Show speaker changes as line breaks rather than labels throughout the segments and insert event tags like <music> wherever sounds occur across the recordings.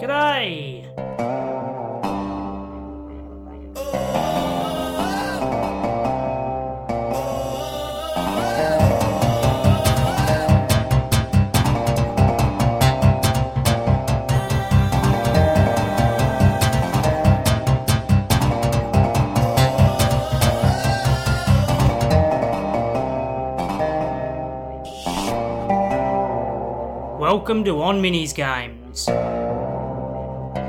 G'day! Welcome to On Minis Games. G'day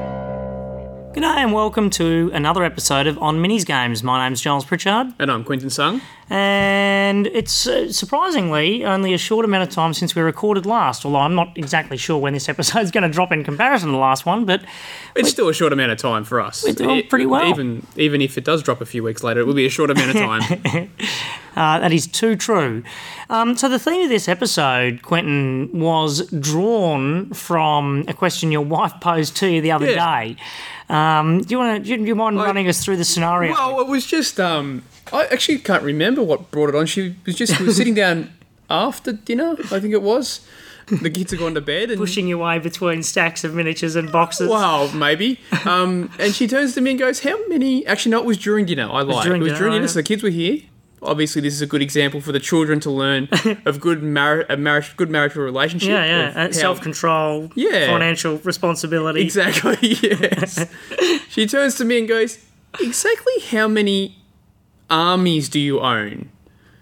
and welcome to another episode of On Minis Games. My name's Giles Pritchard,
And I'm Quentin Sung.
and it's uh, surprisingly only a short amount of time since we recorded last. Although I'm not exactly sure when this <laughs> episode's going to drop in comparison to the last one, but
It's still a short amount of time for us. We're
doing pretty well.
Even even if it does drop a few weeks later, it will be a short amount
<laughs>
of time.
Uh, that is too true. Um, so, the theme of this episode, Quentin, was drawn from a question your wife posed to you the other
Yeah.
day. Um, do you want to? Do you mind running us through the scenario?
well, it was just um, I actually can't remember what brought it on. She was just we were sitting down after dinner, I think it was. The kids had gone to bed and
Pushing your way between stacks of miniatures and boxes.
Wow, maybe. Um, and she turns to me and goes, "How many?" Actually, no, it was during dinner. I lied. It was
during
during,
dinner, oh,
dinner,
yeah.
so the kids were here. Obviously, this is a good example for the children
<laughs>
to learn of good mar- a marriage, good marital relationship.
Yeah,
of
yeah.
how-
Uh, Self control.
Yeah.
Financial responsibility.
Exactly, <laughs> yes. she turns to me and goes, Exactly how many armies do you own?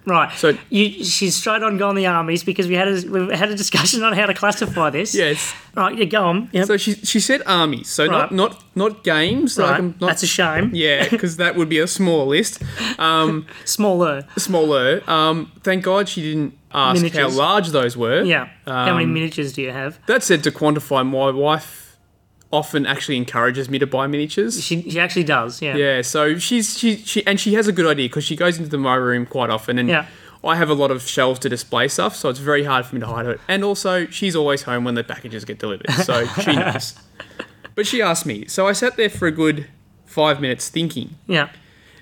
Right.
So-
you, she's straight on gone the armies because we had a we had a discussion <laughs> on how to classify this.
Yes.
Right. You go on. Yep.
So she she said armies, so
Right.
not, not not games.
right.
Like I'm not,
That's a shame.
yeah, because that would be a small list, um,
Smaller.
smaller. Um, thank God she didn't ask how
Miniatures.
large those were.
Yeah. how
Um,
many miniatures do you have?
That said, to quantify, my wife often actually encourages me to buy miniatures.
She, she actually does, yeah.
Yeah, so she's she she and she has a good idea because she goes into the my room quite often, and
Yeah.
I have a lot of shelves to display stuff, so it's very hard for me to hide it. And also, she's always home when the packages get delivered,
<laughs>
so she knows. But she asked me, so I sat there for a good five minutes thinking
Yeah.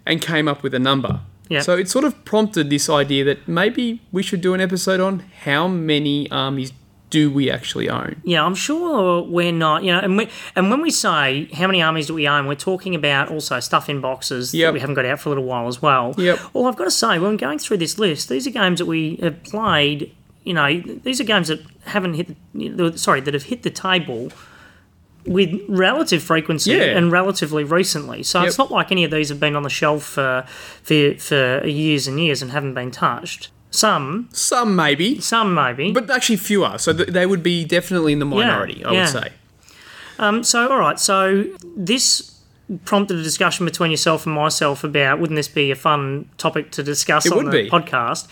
and came up with a number.
Yeah.
So it sort of prompted this idea that maybe we should do an episode on how many armies do we actually own.
Yeah, I'm sure we're not, you know, and, we, and when we say how many armies do we own, we're talking about also stuff in boxes that
Yep.
we haven't got out for a little while as well.
Yep.
Well, I've got to say, when I'm going through this list, these are games that we have played, you know, these are games that haven't hit, the, sorry, that have hit the table with relative frequency
Yeah.
and relatively recently. So it's
Yep.
not like any of these have been on the shelf for, for, for years and years and haven't been touched. Some,
Some maybe,
some maybe.
but actually fewer. So th- they would be definitely in the minority, I
yeah.
would say.
Um, so, all right. So, this prompted a discussion between yourself and myself about wouldn't this be a fun topic to discuss on
would
the
be.
podcast?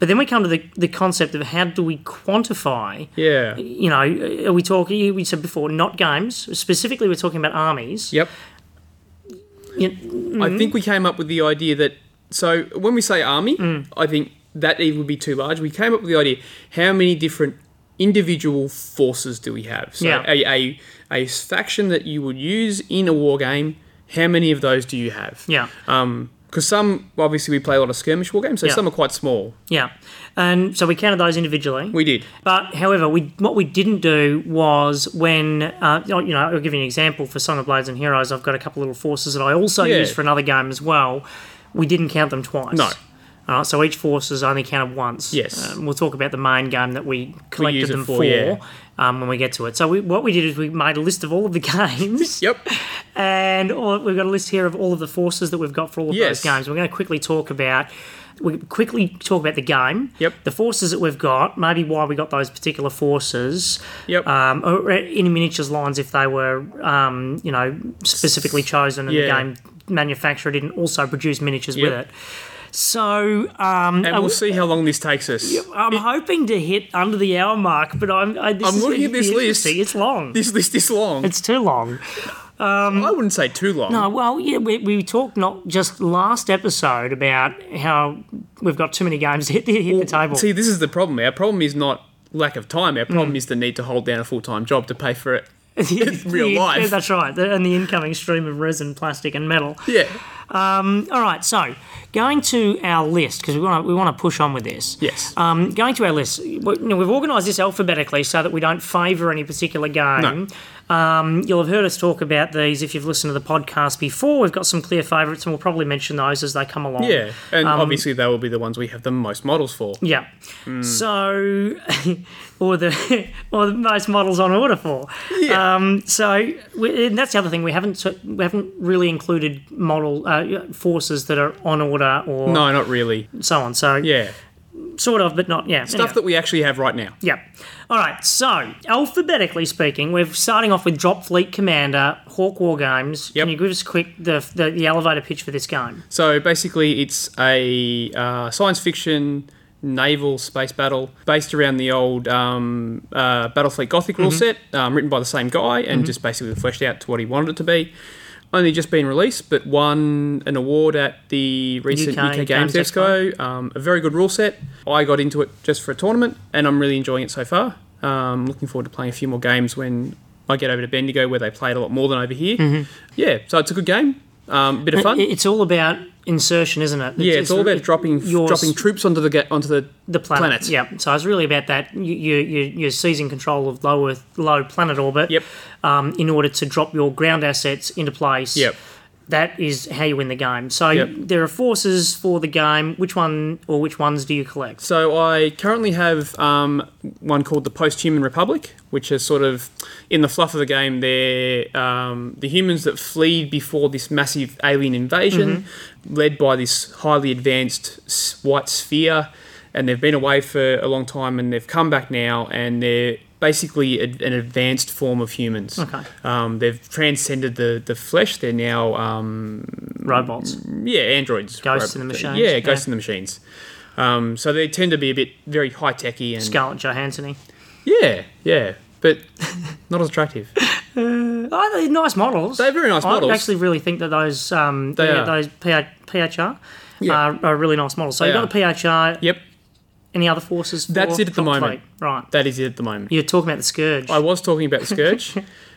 But then we come to the, the concept of how do we quantify?
Yeah.
You know, are we talking? We said before, not games. Specifically, we're talking about armies.
Yep.
You-
I think we came up with the idea that so when we say army,
Mm.
I think that even would be too large. We came up with the idea how many different individual forces do we have? So
Yeah.
a, a a faction that you would use in a war game, how many of those do you have?
yeah,
Um because some obviously we play a lot of skirmish war games, so
Yeah.
some are quite small.
yeah. And so we counted those individually.
We did.
But however, we what we didn't do was when uh, you know I'll give you an example for Song of Blades and Heroes. I've got a couple little forces that I also
Yeah.
use for another game as well. We didn't count them twice.
No.
All right, so each force is only counted once.
Yes.
Um, we'll talk about the main game that we collected
use it
them for,
for, yeah.
um, when we get to it. So we, what we did is we made a list of all of the <laughs> games.
Yep.
And all, we've got a list here of all of the forces that we've got for all of
Yes.
those games. We're going to quickly talk about we quickly talk about the game.
Yep.
The forces that we've got, maybe why we got those particular forces.
Yep.
Um, or any miniatures lines if they were, um, you know, specifically chosen and
Yeah.
the game manufacturer didn't also produce miniatures with
Yep.
it. So um,
And
I-
we'll see how long this takes us.
I'm hoping to hit under the hour mark, but I'm I, this
I'm
is
looking
gonna
at this
be
list.
interesting. It's long.
This list is long.
it's um, too long.
I wouldn't say too long.
No, Oh, well, yeah, we, we talked not just last episode about how we've got too many games to hit the, hit the table. <laughs>
See, this is the problem. Our problem is not lack of time. Our problem is the need to hold down a full time job to pay for it.
in
real life.
That's right, the- and the incoming stream of resin, plastic, and metal.
Yeah.
Um, all right, so going to our list because we want to we want to push on with this.
Yes.
Um, going to our list, we- you know, we've organised this alphabetically so that we don't favour any particular game. Um, you'll have heard us talk about these if you've listened to the podcast before. We've got some clear favourites, and we'll probably mention those as they come along.
yeah, and obviously they will be the ones we have the most models for.
Yeah.
Hmm.
So, <laughs> or the <laughs> or the most models on order for.
Yeah.
Um, so we, and that's the other thing we haven't sort- we haven't really included model uh, forces that are on order or
No, not really.
so on. So
Yeah,
sort of, but not yeah.
stuff
anyhow.
that we actually have right now.
Yeah. All right. So, alphabetically speaking, we're starting off with Drop Fleet Commander, Hawk War Games.
Yep.
Can you give us a quick the, the the elevator pitch for this game?
So basically, it's a uh, science fiction naval space battle based around the old um, uh, Battlefleet Gothic rule set, um, written by the same guy, and just basically fleshed out to what he wanted it to be. Only just been released, but won an award at the recent
UK
UK, Games,
Games
Expo. Um, a very good rule set. I got into it just for a tournament, and I'm really enjoying it so far. Um, looking forward to playing a few more games when I get over to Bendigo, where they play it a lot more than over here. Yeah, so it's a good game. Um, bit of fun.
It- It's all about insertion, isn't it?
Yeah, it's, all about dropping
yours-
dropping troops onto the ga- onto the
the planet.
planet.
Yeah. So it's really about that. You you you- you're seizing control of low Earth, low planet orbit.
Yep.
Um, in order to drop your ground assets into place.
Yep.
That is how you win the game. So
Yep.
there are forces for the game. Which one or which ones do you collect?
So I currently have um, one called the Post-Human Republic, which is sort of in the fluff of the game. They're um, the humans that flee before this massive alien invasion,
Mm-hmm.
led by this highly advanced s- white sphere, and they've been away for a long time, and they've come back now, and they're basically ad- an advanced form of humans.
Okay.
Um, they've transcended the, the flesh. They're now um,
Robots.
yeah, androids.
Ghosts in the
robots.
Machines,
Yeah,
yeah.
ghosts in the machines. Um, so they tend to be a bit very high techy and
Scarlett Johansson.
yeah, yeah, but <laughs> not as attractive.
Oh, they're nice models.
They're very nice models.
I actually really think that those um,
They
yeah,
are.
those PH, PHR
Yeah.
are, are really nice models. So
They
you've got the PHR.
Yep,
Any other forces? For
That's it at the
Drop
moment.
Fleet? Right.
that is it at the moment.
You're talking about the Scourge.
I was talking about
<laughs>
the scourge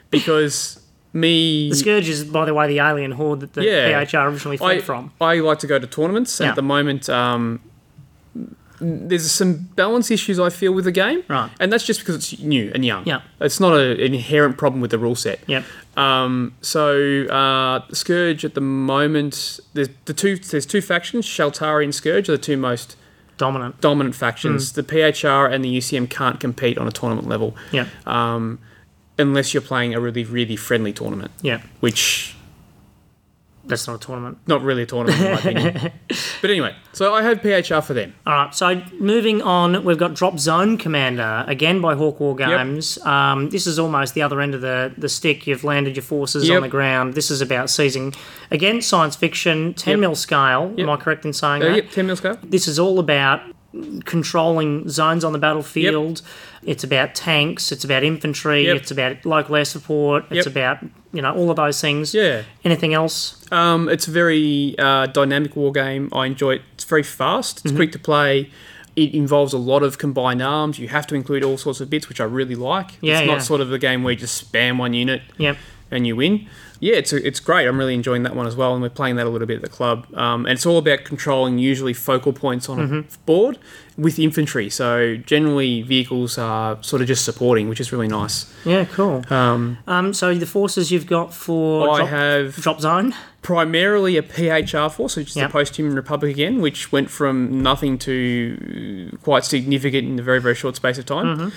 because me.
The Scourge is, by the way, the alien horde that the
Mm. Yeah.
PHR originally fled
I,
from.
I like to go to tournaments. and
Yeah.
At the moment, um, there's some balance issues I feel with the game,
Right.
And that's just because it's new and young.
Yeah.
it's not a, an inherent problem with the rule set.
Yep.
Um, so uh, Scourge at the moment, there's the two. There's two factions. Shaltari and Scourge are the two most
Dominant.
dominant factions. The PHR and the UCM can't compete on a tournament level.
Yeah.
Um, unless you're playing a really, really friendly tournament,
Yeah.
which
That's not a tournament.
not really a tournament in my opinion. But anyway, so I have PHR for them.
All right. So moving on, we've got Drop Zone Commander again by Hawk War Games. Um, this is almost the other end of the, the stick. You've landed your forces on
Yep.
the ground. This is about seizing again science fiction, ten
Yep.
mil scale. Am I correct in saying
Uh,
that?
yep, ten mil scale.
This is all about controlling zones on the battlefield. It's about tanks. It's about infantry.
Yep.
It's about local air support. It's
Yep.
about you know all of those things.
Yeah.
Anything else?
Um, it's a very uh, dynamic war game. I enjoy it. It's very fast.
Mm-hmm.
It's quick to play. It involves a lot of combined arms. You have to include all sorts of bits, which I really like.
Yeah,
it's
yeah.
not sort of a game where you just spam one unit
Yep.
and you win. Yeah, it's a, it's great. I'm really enjoying that one as well, and we're playing that a little bit at the club. Um, and it's all about controlling usually focal points on
Mm-hmm.
a board with infantry. So generally vehicles are sort of just supporting, which is really nice.
Yeah, cool.
Um,
Um, so the forces you've got for
I
drop,
have
drop zone.
primarily a PHR force, which is
Yep.
the post-human republic again, which went from nothing to uh, quite significant in a very very short space of time.
Mm-hmm.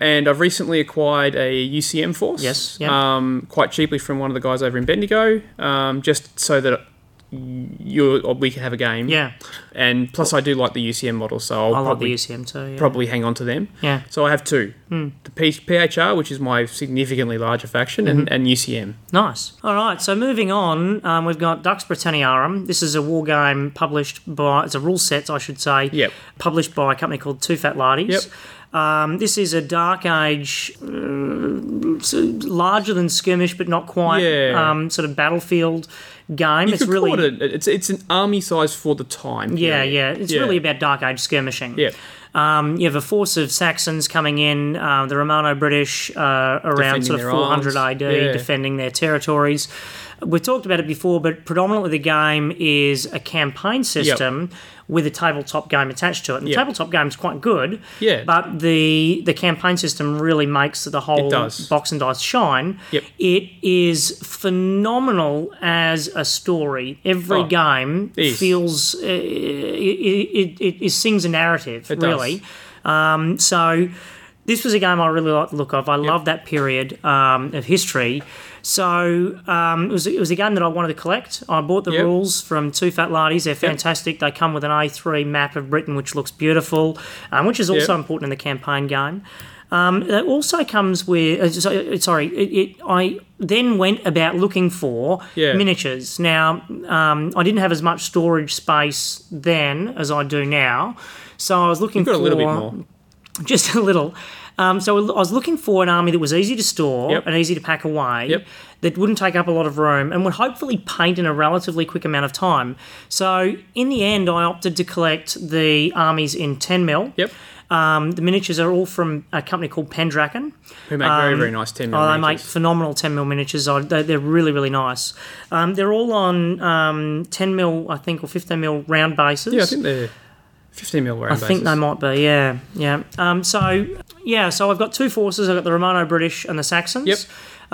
And I've recently acquired a UCM force,
Yes, yep.
um, quite cheaply from one of the guys over in Bendigo, um, just so that you we can have a game.
Yeah,
And plus, I do like the UCM model, so I'll
I love
probably
the E UCM too. Yeah.
probably hang on to them.
Yeah. Hmm.
So I have two: the P- PHR, which is my significantly larger faction,
Mm-hmm.
and, and UCM.
Nice. All right. So moving on, um, we've got Dux Britanniarum. This is a war game published by it's a rule set, I should say.
Yep.
Published by a company called Two Fat Lardies. Yep. Um, this is a dark age, uh, s- larger than skirmish, but not quite.
Yeah.
Um, sort of battlefield game. it's
could
really
call it a- it's it's an army size for the time.
yeah,
period.
yeah. It's really about dark age skirmishing.
yeah.
Um, you have a force of Saxons coming in, uh, the Romano British uh, around
Defending
sort of
their
400
arms.
AD,
Yeah.
defending their territories. We've talked about it before, but predominantly the game is a campaign system with a tabletop game attached to it. And the
Yep.
tabletop game's quite good.
Yeah.
But the the campaign system really makes the whole
does.
box and dice shine.
Yep.
It is phenomenal as a story. Every
Oh,
game
it is.
feels uh, it, it, it, it sings a narrative
It does.
really. Um, so this was a game I really liked the look of. I love that period um, of history. So um, it, was, it was a game that I wanted to collect. I bought the
Yep.
rules from Two Fat Lardies. They're fantastic. They come with an A3 map of Britain, which looks beautiful, um, which is also
Yep.
important in the campaign game. Um, it also comes with uh, so- sorry. It, it, I then went about looking for
Yeah.
miniatures. Now um, I didn't have as much storage space then as I do now, so I was looking
You've got
for
a little bit more.
<laughs> just a little. Um, so I was looking for an army that was easy to store
Yep.
and easy to pack away,
Yep.
that wouldn't take up a lot of room, and would hopefully paint in a relatively quick amount of time. So in the end, I opted to collect the armies in 10 mil.
Yep.
Um, the miniatures are all from a company called Pendragon.
Who make very, very nice 10
Oh, they
millimeters.
make phenomenal 10 mil miniatures. I- they- They're really, really nice. Um, they're all on um, 10 mil, I think, or 15 mil round bases.
Yeah, I think they're 15 mil round
I think they
bases.
might be, yeah, yeah. Um, so yeah, so I've got two forces. I've got the Romano British and the Saxons.
Yep.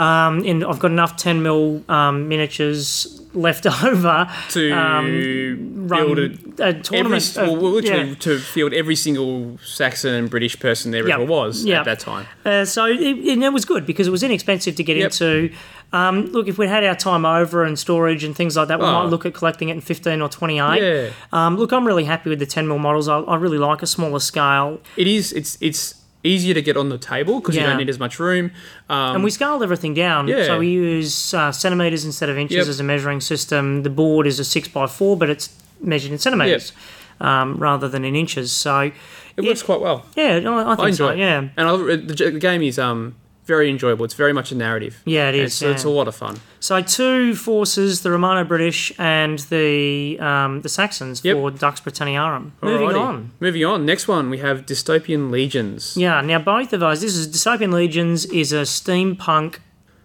Um, and I've got enough ten mil um, miniatures left <laughs> over
to
um, run
build a
a
every,
tournament.
well,
of-
literally
yeah.
to field every single Saxon and British person there
Yep.
ever was
Yep.
at that time.
Uh, so it, and it was good because it was inexpensive to get
Yep.
into. Um, look, if we had our time over and storage and things like that, we
Oh.
might look at collecting it in 15 or 28.
Yeah.
Um, look, I'm really happy with the 10 mil models. I, I really like a smaller scale.
It is. It's it's easier to get on the table because you
Yeah.
don't need as much room. Um,
And we scaled everything down.
Yeah.
So we use uh, centimeters instead of inches
Yep.
as a measuring system. The board is a six by four, but it's measured in centimeters um, rather than in inches. So
it works quite well.
Oh, yeah, no, I think
I enjoy
so.
it.
Yeah,
and I, the, the game is um very enjoyable. It's very much a narrative.
yeah, it
And
is.
It's,
yeah.
it's a lot of fun.
so two forces: the Romano British and the um, the Saxons
Yep.
for Dux Britanniarum. Moving
Alrighty.
on.
Moving on. Next one, we have Dystopian Legions.
Yeah, now both of those. This is Dystopian Legions is a steampunk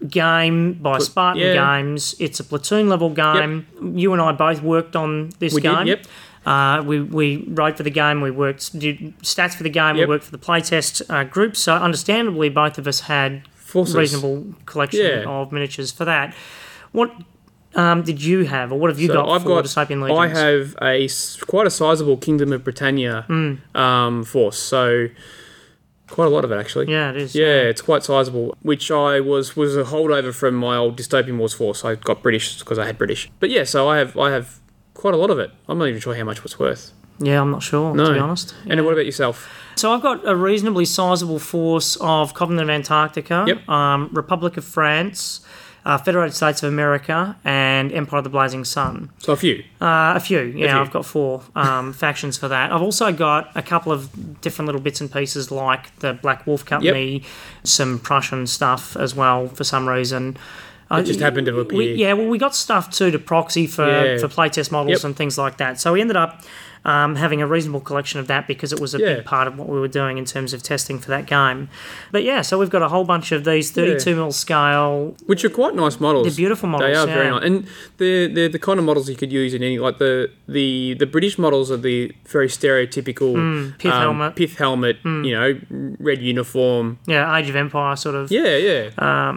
game by Spartan
yeah.
Games. It's a platoon level game. You and I both worked on this
We did,
game.
yep.
Uh, we, we wrote for the game, we worked did stats for the game,
Yep.
we worked for the playtest uh, group. So, understandably, both of us had
Forces.
reasonable collection
Yeah.
of miniatures for that. What um, did you have, or what have you
So
got
I've
for
got.
Dystopian Legions?
I have a s- quite a sizable Kingdom of Britannia
Hmm.
um, force. So quite a lot of it actually.
Yeah, it is.
Yeah, it's quite sizable, which I was was a holdover from my old Dystopian Wars force. I got British because I had British. But yeah, so I have I have quite a lot of it. I'm not even sure how much it's worth.
Yeah, I'm not sure,
No.
to be honest.
And what about yourself?
So I've got a reasonably sizable force of Covenant of Antarctica,
Yep.
um, Republic of France, uh, Federated States of America, and Empire of the Blazing Sun.
So a few.
Uh, a few, yeah.
few.
I've got four
<laughs>
um, factions for that. I've also got a couple of different little bits and pieces, like the Black Wolf Company, some Prussian stuff as well for some reason. It
just happened to appear.
yeah, well, we got stuff too to proxy for
Yeah.
for playtest models
Yep.
and things like that. So we ended up um, having a reasonable collection of that because it was a
Yeah.
big part of what we were doing in terms of testing for that game. But yeah, so we've got a whole bunch of these 32 mil scale.
which are quite nice models.
They're beautiful
They
models,
are very
yeah.
nice, and they're, they're the kind of models you could use in any like the the the British models are the very stereotypical
Hmm.
um,
pith helmet. Hmm.
pith helmet, you know, red uniform.
Yeah, Age of Empire sort of
Yeah, yeah,
Uh,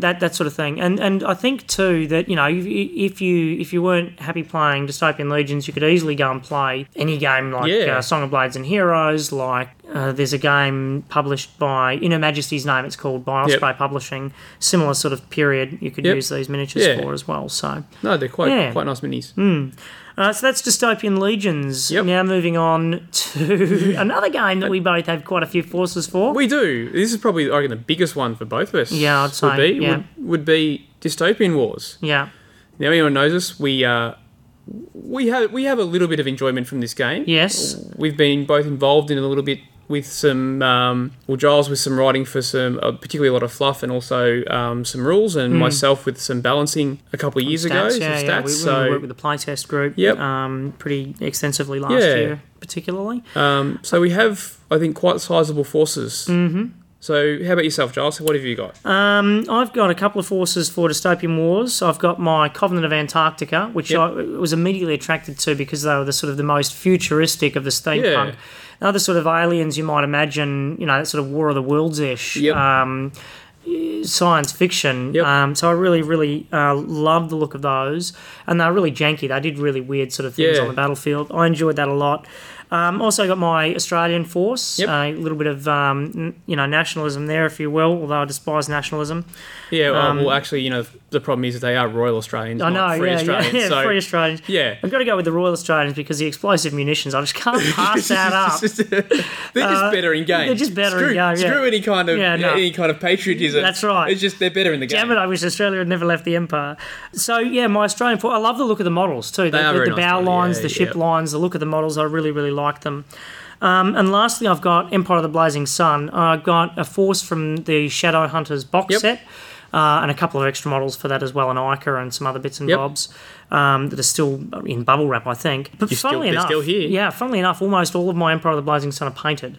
that that sort of thing. And and I think too that you know if, if you if you weren't happy playing Dystopian Legions, you could easily go and play any game like
Yeah.
uh, Song of Blades and Heroes. Like uh, there's a game published by In Her Majesty's Name. It's called by
Yep.
Osprey Publishing. Similar sort of period. You could
Yep.
use these miniatures
Yeah.
for as well. So
No, they're quite
Yeah.
quite nice minis.
uh, so that's Dystopian Legions.
Yep.
Now moving on to <laughs> another game that we both have quite a few forces for.
We do. This is probably I reckon the biggest one for both of us.
Yeah, I'd
would
say,
be
yeah.
would, would be dystopian wars.
yeah.
Now anyone knows us, we uh, we have we have a little bit of enjoyment from this game.
Yes.
we've been both involved in a little bit with some um, well Giles with some writing for some uh, particularly a lot of fluff and also um, some rules and myself with some balancing a couple of years ago.
Hmm. stats,
some
yeah,
stats.
yeah. We, we
so
worked with the playtest group
Yep.
um, pretty extensively last
Yeah.
year, particularly.
Um, so we have, I think, quite sizable forces. Mm-hmm. So, how about yourself, Giles? What have you got?
Um, I've got a couple of forces for Dystopian Wars. I've got my Covenant of Antarctica, which
Yep.
I was immediately attracted to because they were the sort of the most futuristic of the steampunk.
Yeah.
Other sort of aliens you might imagine, you know, that sort of War of the Worlds ish
Yep.
um, science fiction.
Yep.
Um, so I really, really uh, love the look of those. And they're really janky. They did really weird sort of things
Yeah.
on the battlefield. I enjoyed that a lot. Um, also got my Australian force,
Yep.
a little bit of um, n- you know nationalism there, if you will. Although I despise nationalism.
Yeah, well, well, actually, you know, the problem is that they are Royal Australians,
um, I
not
know,
Free
yeah,
Australians.
yeah, yeah, <laughs>
so
free Australians.
<laughs> Yeah.
I've got to go with the Royal Australians because the explosive munitions, I just
<laughs>
can't pass that up.
they're just <laughs> better in game.
Ah. Uh, they're just better in
Screw-
game, yeah.
Screw any kind of
Yeah, no.
any kind of patriotism.
That's right.
It's just they're better in the game.
Damn it, I wish Australia had never left the empire. So, yeah, my Australian force, I love the look of the models too. The,
are
the,
very
the
nice
bow
models,
lines,
yeah,
the ship
yeah.
lines, the look of the models, I really, really like them. Um, and lastly, I've got Empire of the Blazing Sun. I got a force from the Shadow Hunters box
Yep.
set. Uh, and a couple of extra models for that as well, an Ica and some other bits and
Yep.
bobs um, that are still in bubble wrap, I think. But
still-
funnily
they're
enough,
still here.
yeah, funnily enough, almost all of my Empire of the Blazing Sun are painted.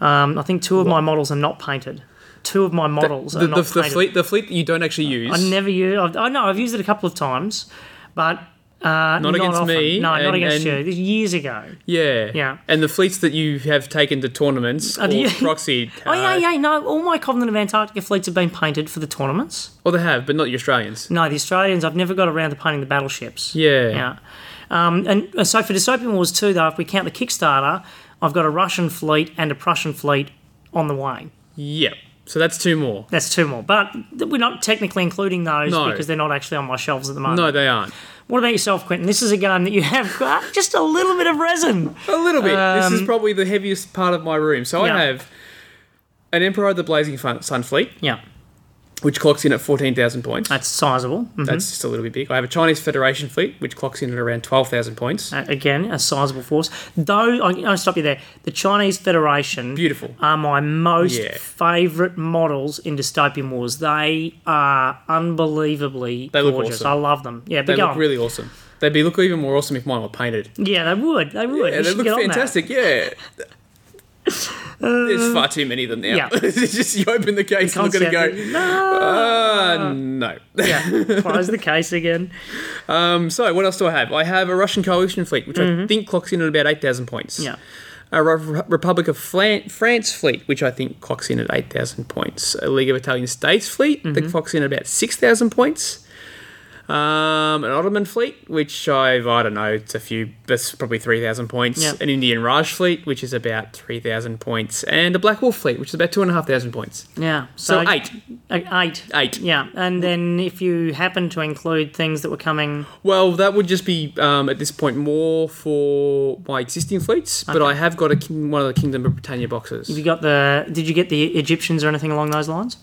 Um, I think two of my models are not painted. Two of my models
the,
are not
the, the
painted.
fleet, the fleet that you don't actually use.
I never use. I've, I know I've used it a couple of times, but uh, not,
against
often.
me,
No,
and-
not against you.
and-
This is years ago.
yeah,
Yeah.
And the fleets that you have taken to tournaments or
<laughs> yeah.
<laughs> proxy.
Oh yeah,
uh,
yeah. No, all my Covenant of Antarctica fleets have been painted for the tournaments.
Or they have, but not the Australians.
No, the Australians. I've never got around to painting the battleships.
Yeah.
Yeah. Um, and uh, so for Dystopian Wars 2, though, if we count the Kickstarter, I've got a Russian fleet and a Prussian fleet on the way.
Yep. So that's two more.
That's two more. But th- we're not technically including those
No.
because they're not actually on my shelves at the moment.
No, they aren't.
What about yourself, Quentin? This is a game that you have got just a little bit of resin.
A little bit. this is probably the heaviest part of my room. So
Um, Yeah.
I have an Emperor of the Blazing Fun- Sun fleet,
Yeah,
which clocks in at 14,000 points.
that's sizable. Mhm.
That's just a little bit big. I have a Chinese Federation fleet, which clocks in at around 12,000 points.
Uh, Again, a sizable force. Though, I'm going to stop you there. The Chinese Federation
Beautiful.
are my most
Yeah.
favourite models in Dystopian Wars. They are unbelievably
They look
gorgeous.
awesome.
I love them. Yeah,
They
but go
look
on.
really awesome. They'd be look even more awesome if mine were painted.
Yeah, they would. They would.
Yeah,
You
they
should
look
get on that.
fantastic. Yeah. There's far too many of them now.
Um, yeah.
<laughs> it's just you open the case and look at
Concept.
it
No.
and go, uh, no.
<laughs>
<laughs>
yeah. Close the case again.
Um, so what else do I have? I have a Russian coalition fleet, which I think clocks in at about 8,000 points.
Mm-hmm. Yeah.
A Re- Republic of Flan- France fleet, which I think clocks in at 8,000 points. A League of Italian States fleet
Mm-hmm.
that clocks in at about 6,000 points. Um, an Ottoman fleet, which I've, I don't know, it's a few, that's probably 3,000 points.
Yeah.
An Indian Raj fleet, which is about 3,000 points. And a Black Wolf fleet, which is about 2,500 points.
Yeah.
So eight.
uh, Eight.
Eight.
Yeah, and then if you happen to include things that were coming,
Well, that would just be um, at this point more for my existing fleets, but I have got a king- one of the Kingdom of Britannia boxes.
you got the. Did you get the Egyptians or anything along those lines?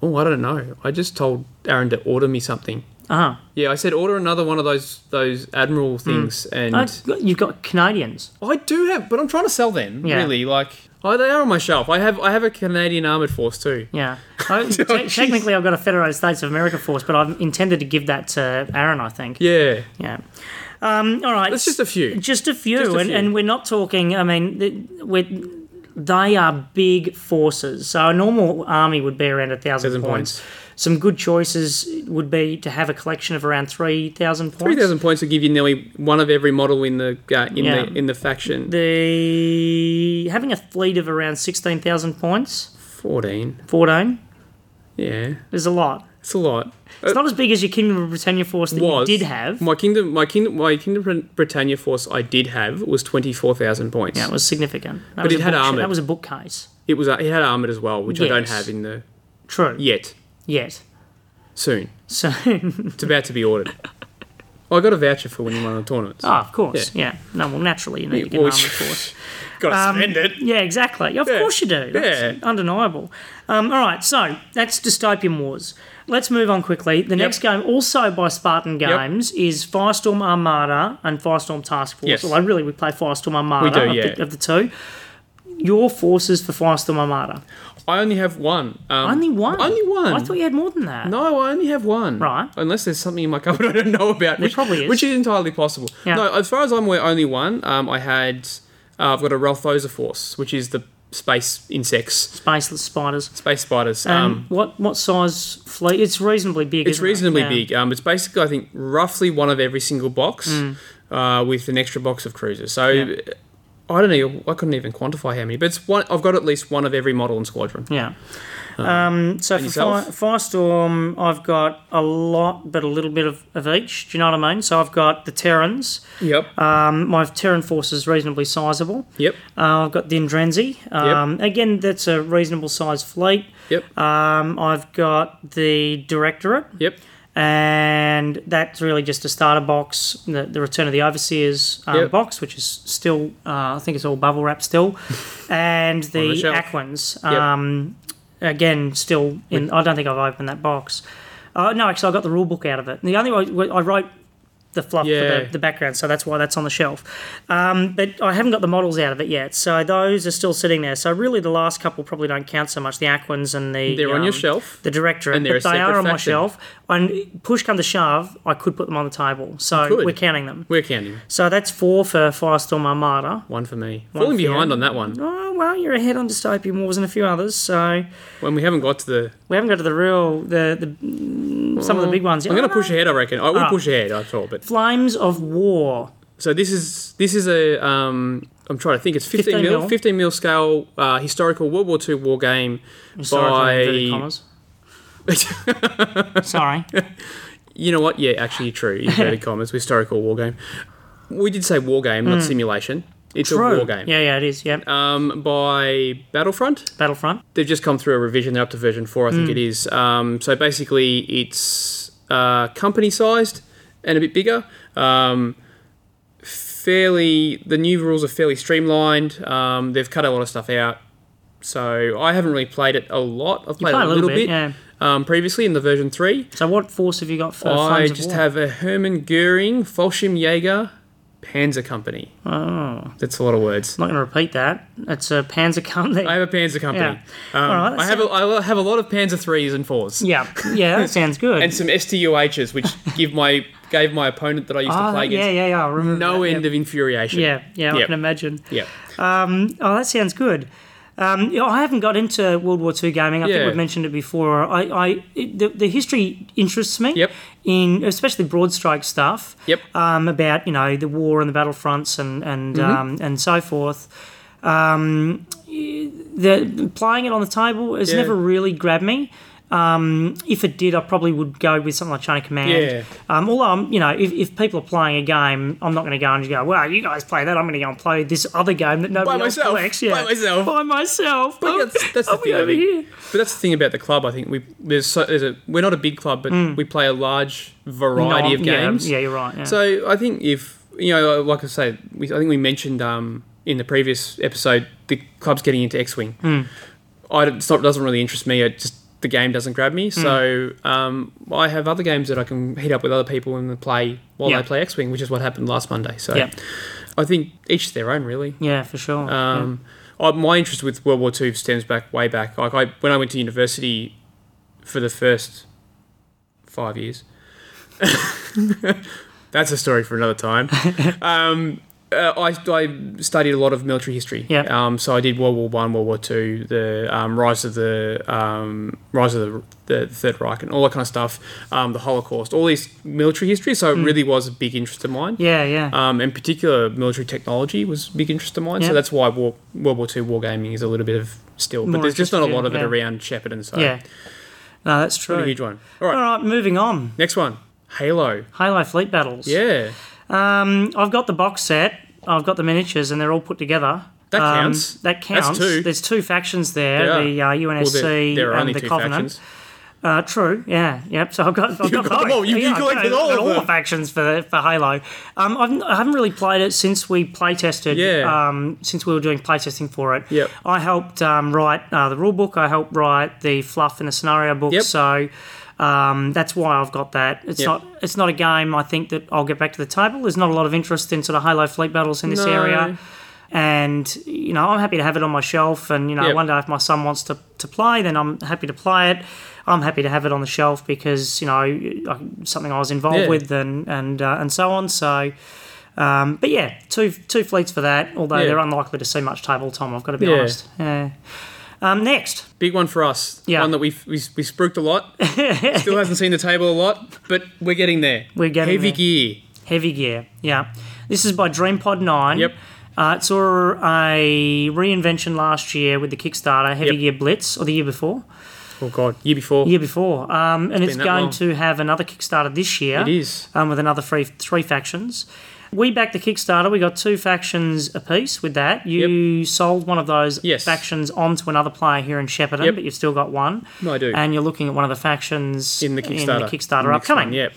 Oh, I don't know. I just told Aaron to order me something.
Uh huh.
Yeah, I said order another one of those those admiral things, and
You've got Canadians.
Mm. I do have, but I'm trying to sell them.
Yeah.
Really, like oh, they are on my shelf. I have I have a Canadian Armored Force too. <laughs>
Yeah. I, te-
Oh, jeez.
technically, I've got a Federated States of America force, but I've intended to give that to Aaron, I think.
Yeah,
Yeah. Um, all right.
that's just a few.
Just a few,
Just a
and,
few.
and we're not talking. I mean, th- we're, they are big forces. So a normal army would be around a thousand
Thousand
points.
points.
Some good choices would be to have a collection of around three thousand points.
Three thousand points will give you nearly one of every model in the uh, in
Yeah.
the in the faction.
The having a fleet of around sixteen thousand points,
Fourteen.
fourteen,
Yeah,
is a lot.
it's a lot.
It's not as big as your Kingdom of Britannia force that
Uh, was
you did have.
my kingdom my kingdom my kingdom Brit- britannia force i did have was 24000 points
That was significant. That but
it had armoured.
That was a bookcase.
it was uh, it had armored as well which i don't
Yes.
have in the
True.
yet
Yet.
soon
So, <laughs>
it's about to be ordered <laughs> well, i got a voucher for winning one of the tournaments
Ah, of course. Yeah. No, well, naturally, you need to get
Well,
an armoured
<laughs>
force. Um,
gotta spend it
Yeah, exactly. Of course you do. That's
Yeah.
undeniable. Um, all right, so that's Dystopian Wars. Let's move on quickly. The next game, also by Spartan Games, is Firestorm Armada and Firestorm Task Force.
Yes.
Well, really, we play Firestorm Armada
We do,
of, the,
yeah.
of the two. Your forces for Firestorm Armada.
i only have one um,
Only one?
only one
I thought you had more than that.
no, I only have one.
Right.
Unless there's something in my cupboard <laughs> I don't know about. There which,
probably is.
Which is entirely possible.
Yeah.
No, as far as I'm aware, only one. Um, I had, uh, I've got a Ralphosa Force, which is the space insects,
Spaceless spiders.
space spiders.
Um,
Um,
what what size fleet? It's reasonably big.
it's
isn't it?
reasonably
Yeah.
big. Um, it's basically, I think, roughly one of every single box uh, with an extra box of cruisers. So
Mm. Yeah.
I don't know. I couldn't even quantify how many, but it's one. I've got at least one of every model and squadron.
Yeah. Um, so for Fire,
yourself?
Firestorm, I've got a lot, but a little bit of, of each. Do you know what I mean? So I've got the Terrans.
Yep.
Um, my Terran force is reasonably sizable.
Uh, yep.
Uh, I've got the Indrenzi. Um, Again, that's a reasonable sized fleet.
Yep.
Um, I've got the Directorate,
yep.
and that's really just a starter box, the, the Return of the Overseers um,
Yep.
box, which is still, uh, I think it's all bubble wrap
<laughs>
still, and the,
the shelf.
Aquans. Um, Again, still in. I don't think I've opened that box. Uh, no, actually, I got the rule book out of it. The only way I wrote the fluff for
Yeah.
the, the background, so that's why that's on the shelf. Um, but I haven't got the models out of it yet, so those are still sitting there. So really, the last couple probably don't count so much. The Aquans and the
They're on your
um,
shelf.
the directorate,
And they're
but
a
they are
separate
on my
faction.
shelf. And push come to shove, I could put them on the table, so
You could.
we're counting them.
We're counting.
So that's four for Firestorm Armada.
One for me.
for
Falling behind
you.
on that one.
Oh well, you're ahead on Dystopian Wars and a few others, so
When we haven't got to the.
we haven't got to the real the, the mm, some of the big ones. yet.
I'm going to
Oh,
push
no.
ahead. I reckon. I will push ahead. I thought, but
Flames of War.
so this is this is a. Um, I'm trying to think. It's 15,
15
mil,
mil.
15 mil scale uh, historical World War II war game
Sorry, for inverted
by
commas.
<laughs>
Sorry.
You know what? Yeah, actually, true. <laughs> Inverted commas, historical war game. We did say war game, not simulation. It's a war game.
Yeah, yeah, it is. Yeah,
Um, by Battlefront,
Battlefront.
they've just come through a revision. They're up to version four, I think it is. Um, so basically, it's uh, company sized and a bit bigger. Um, fairly, the new rules are fairly streamlined. Um, they've cut a lot of stuff out. So I haven't really played it a lot. I've played
play
it a little, bit,
yeah.
um, previously in the version three.
So what force have you got for
I
Flames of
just
War?
have a Hermann Goering, Folsham Jaeger, Panzer Company.
Oh,
That's a lot of words.
not going to repeat that. It's a Panzer company.
<laughs> I have a Panzer Company. Um,
All right, that
I have a, I have a lot of Panzer threes and fours.
yeah, yeah, that sounds good.
And some STUHs,
<laughs>
which give my gave my opponent that I used to
oh,
play
yeah,
against
yeah, yeah. I remember
no
that, yeah.
end of infuriation.
Yeah, yeah, I
Yep.
can imagine.
Yep.
Oh, that sounds good. Um, yeah, I haven't got into World War II gaming. I think
Yeah.
we've mentioned it before. I, I it- the, the history interests me.
Yep.
In especially broad stroke stuff.
Yep.
Um, about you know the war and the battle fronts and and
Mm-hmm.
um, and so forth. Um, the playing it on the table has
Yeah.
never really grabbed me. Um, if it did, I probably would go with something like Chain of Command.
Yeah.
Um, although, I'm, you know, if, if people are playing a game, I'm not going to go and just go, well, you guys play that. I'm going to go and play this other game that nobody else
myself.
collects. Yeah.
By myself.
By myself.
But
I'll- <laughs>
that's, that's the
I'll be
thing. I
over
think.
here.
But that's the thing about the club. I think we there's, so, there's a we're not a big club, but we play a large variety
No,
of
Mm. yeah,
games.
Yeah, you're right. Yeah.
So I think if you know, uh, like I say, we, I think we mentioned um, in the previous episode the club's getting into X-wing.
Hmm.
I don't- it's not, doesn't really interest me. It just the game doesn't grab me.
Hmm.
So um, I have other games that I can heat up with other people and play while
Yeah.
they play X-wing, which is what happened last Monday. So
Yeah.
I think each to their own, really.
yeah, for sure.
Um, I, my interest with World War II stems back way back. Like I, when I went to university for the first five years. <laughs> That's a story for another time. um, uh, I, I studied a lot of military history.
Yeah.
Um, so I did World War One, World War Two, the um, rise of the um, rise of the, the Third Reich, and all that kind of stuff. Um, the Holocaust, all these military history. So it really was a big interest of mine
yeah, yeah.
um, in particular military technology was a big interest of mine.
Yeah.
So that's why war, World War II wargaming is a little bit of still, but
More
there's just not a
interested,
lot of it
yeah.
around Shepparton. So
yeah. No, that's
not
true.
a huge one. All
All
right,
right, moving on.
next one, Halo.
Halo Fleet Battles.
Yeah,
Um, I've got the box set. I've got the miniatures, and they're all put together.
That
Um,
counts.
That
That's
counts.
two.
There's two factions there:
There
the uh,
are. well,
UNSC
there, there are
and
only
the
two
Covenant.
factions.
Uh, true. Yeah. Yep. So I've got. I've
You've
got,
got them
both.
all. You- you
I've got-
collected
I've
all
got
of
all the
them.
factions for for Halo. Um, I've, I haven't really played it since we playtested.
Yeah.
Um, since we were doing playtesting for it.
Yep.
I helped um, write uh, the rule book. I helped write the fluff and the scenario book.
Yep.
So. Um, that's why I've got that. It's
Yep.
not. It's not a game. I think that I'll get back to the table. There's not a lot of interest in sort of Halo fleet battles in this
No.
area, and you know I'm happy to have it on my shelf. And you know
Yep.
one day if my son wants to, to play, then I'm happy to play it. I'm happy to have it on the shelf because you know I- something I was involved
Yeah.
with and and uh, and so on. So Um, but yeah, two two fleets for that. Although
Yeah.
they're unlikely to see much table time. I've got to be
Yeah.
honest. Yeah. Um, next,
Big one for us.
Yeah.
One that we've, we, we spooked a
<laughs>
lot. Still hasn't seen the table a lot, but we're getting there.
We're getting
Heavy
there.
gear.
Heavy Gear. Yeah, this is by DreamPod Nine.
Yep.
Uh, it saw a reinvention last year with the Kickstarter Heavy
Yep.
Gear Blitz, or the year before.
Oh, God. Year before.
Year before, um, and it's,
been that
going
long.
to have another Kickstarter this year.
It is.
um, with another three three factions. We backed the Kickstarter. We got two factions apiece with that. You sold one of those
Yes.
factions onto another player here in Shepparton,
Yep.
but you've still got one.
No, I do.
And you're looking at one of the factions
in the Kickstarter.
Kickstarter
Next
upcoming.
one, Yep.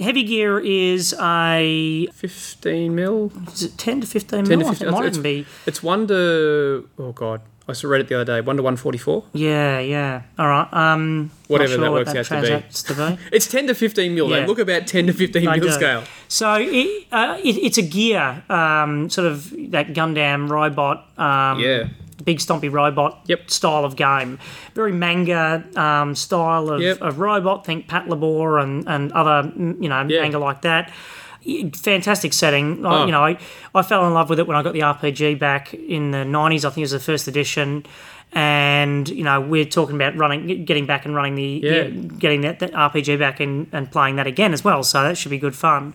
Heavy Gear is a
15 mil.
is it 10 to 15
10
mil?
to 15.
I think it might
It's-
even be.
It's 1 to. Oh, God. I saw read it the other day. 1 to 144.
Yeah, yeah. All right. Um,
Whatever
not sure
that
what
works
that
out to be.
translates to be.
It's 10 to 15 mil.
Yeah.
They look about 10 to 15
I
mil
do.
scale.
So it, uh, it, it's a gear, um, sort of that Gundam robot um,
Yeah.
big stompy robot
Yep.
style of game. Very manga um, style of,
Yep.
of robot. Think Pat Labor and, and other mm, you know
Yeah.
manga like that. Y- Fantastic setting. I,
Oh.
You know, I, I fell in love with it when I got the RPG back in the nineties. I think it was the first edition. And you know we're talking about running, getting back and running the,
Yeah.
getting that, that RPG back and, and playing that again as well. So that should be good fun.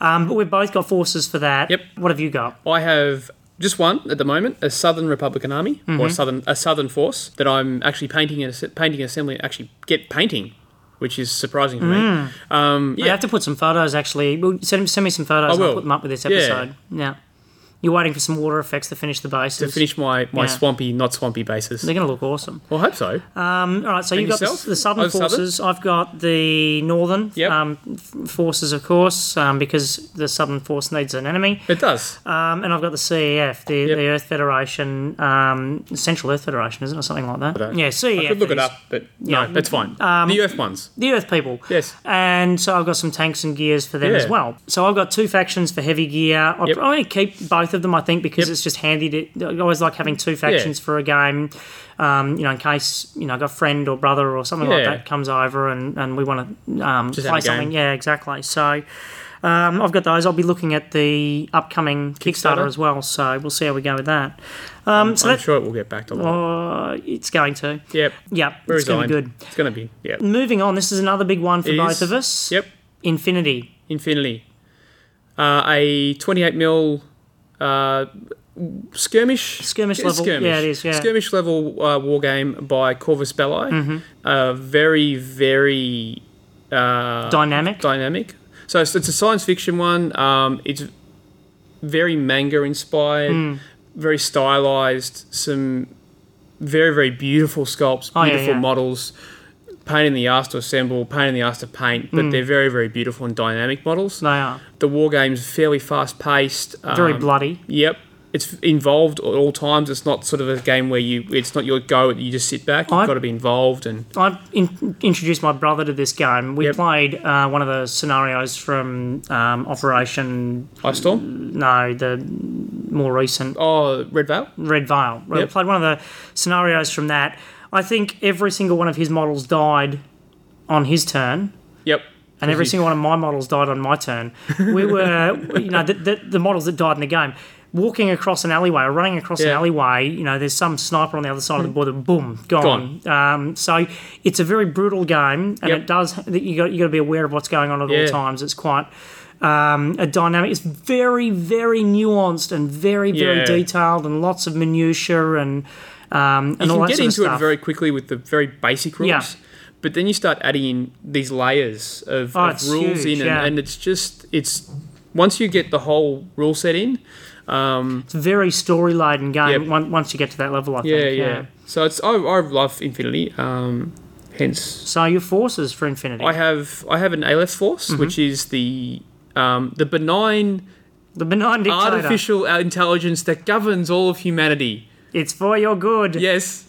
Um, but we've both got forces for that.
Yep.
What have you got?
I have just one at the moment, a Southern Republican Army
Mm-hmm.
or a Southern a Southern force that I'm actually painting and asse- painting and assembly actually get painting, which is surprising to
Mm.
me. Um,
You
yeah,
have to put some photos, actually. Well, Send, send me some photos. and I'll
will.
put them up with this
Yeah.
episode. Yeah. You're waiting for some water effects to finish the bases.
to finish my my
Yeah.
swampy not swampy bases.
They're going to look awesome.
Well, I hope so.
Um, all right, so you've got the,
yourself?
the southern
Oh, southern?
forces. I've got the northern
Yep.
um, f- forces, of course, um, because the southern force needs an enemy.
it does.
Um, and I've got the CEF, the, the Earth Federation, um, Central Earth Federation, isn't it, or something like that?
don't-
Yeah, CEF.
I could look it
is.
up, but
Yeah. Um,
no, that's fine. the Earth ones.
the Earth people.
Yes.
And so I've got some tanks and gears for them
Yeah.
as well. So I've got two factions for heavy gear. I'll
Yep.
probably keep both of them, I think, because
Yep.
it's just handy to. I always like having two factions for a game. Um, you know, in case you know, I've got a friend or brother or something like
Yeah.
that comes over and, and we want to um,
have
play
a game.
something. Yeah, exactly. So um, I've got those. I'll be looking at the upcoming Kickstarter,
Kickstarter.
as well. So we'll see how we go with that. Um, so
I'm
that,
sure it will get back to lot.
uh, it's going to.
yep.
Yeah,
We're
it's going to be
resigned.
good.
It's going to be. Yeah.
Moving on, this is another big one for
It
both
is.
of us.
Yep.
Infinity.
Infinity. Uh, a 28 mil uh, skirmish
Skirmish
it's
level. Yeah, it is, yeah.
skirmish level uh, war game by Corvus Belli.
Mm-hmm.
Uh, very very uh,
Dynamic.
dynamic. So it's, it's a science fiction one. Um, it's very manga inspired,
Mm.
very stylized. Some very very beautiful sculpts,
Oh, yeah,
beautiful
yeah.
models. Pain in the ass to assemble, pain in the ass to paint, but
Mm.
they're very, very beautiful and dynamic models.
they are.
The war game's fairly fast paced. Um,
Very bloody.
Yep. It's involved at all times. It's not sort of a game where you it's not your go. You just sit back. You've
I-
got to be involved and
I in- introduced my brother to this game. We
Yep.
played uh, one of the scenarios from um, Operation.
Ice Storm.
No, the more recent
Oh, Red Veil.
Red Veil. We
Yep.
played one of the scenarios from that. I think every single one of his models died on his turn.
Yep.
and
<laughs>
every
Because
single one of my models died on my turn.
<laughs>
We were, you know, the, the, the models that died in the game. Walking across an alleyway or running across an
Yeah. Hmm.
alleyway, you know, there's some sniper on the other side of the border, boom, gone. Um, so it's a very brutal game, and
Yep.
it does, you got, you got to be aware of what's going on at all
Yeah.
times. It's quite um, a dynamic. It's very, very nuanced and very, very
Yeah.
detailed, and lots of minutiae and, um, and
you
all that sort
can get
of
into
stuff.
it very quickly with the very basic rules.
Yeah.
But then you start adding in these layers of,
Oh,
of
it's
rules
huge,
in, and,
yeah.
and it's just it's once you get the whole rule set in,
it's a very story laden game
Yep.
on- once you get to that level, I
yeah,
think.
yeah. So it's I, I love Infinity. Um, hence
So your forces for Infinity.
I have I have an Aleph force,
Mm-hmm.
which is the um, the benign
the benign dictator.
artificial intelligence that governs all of humanity.
It's for your good.
Yes,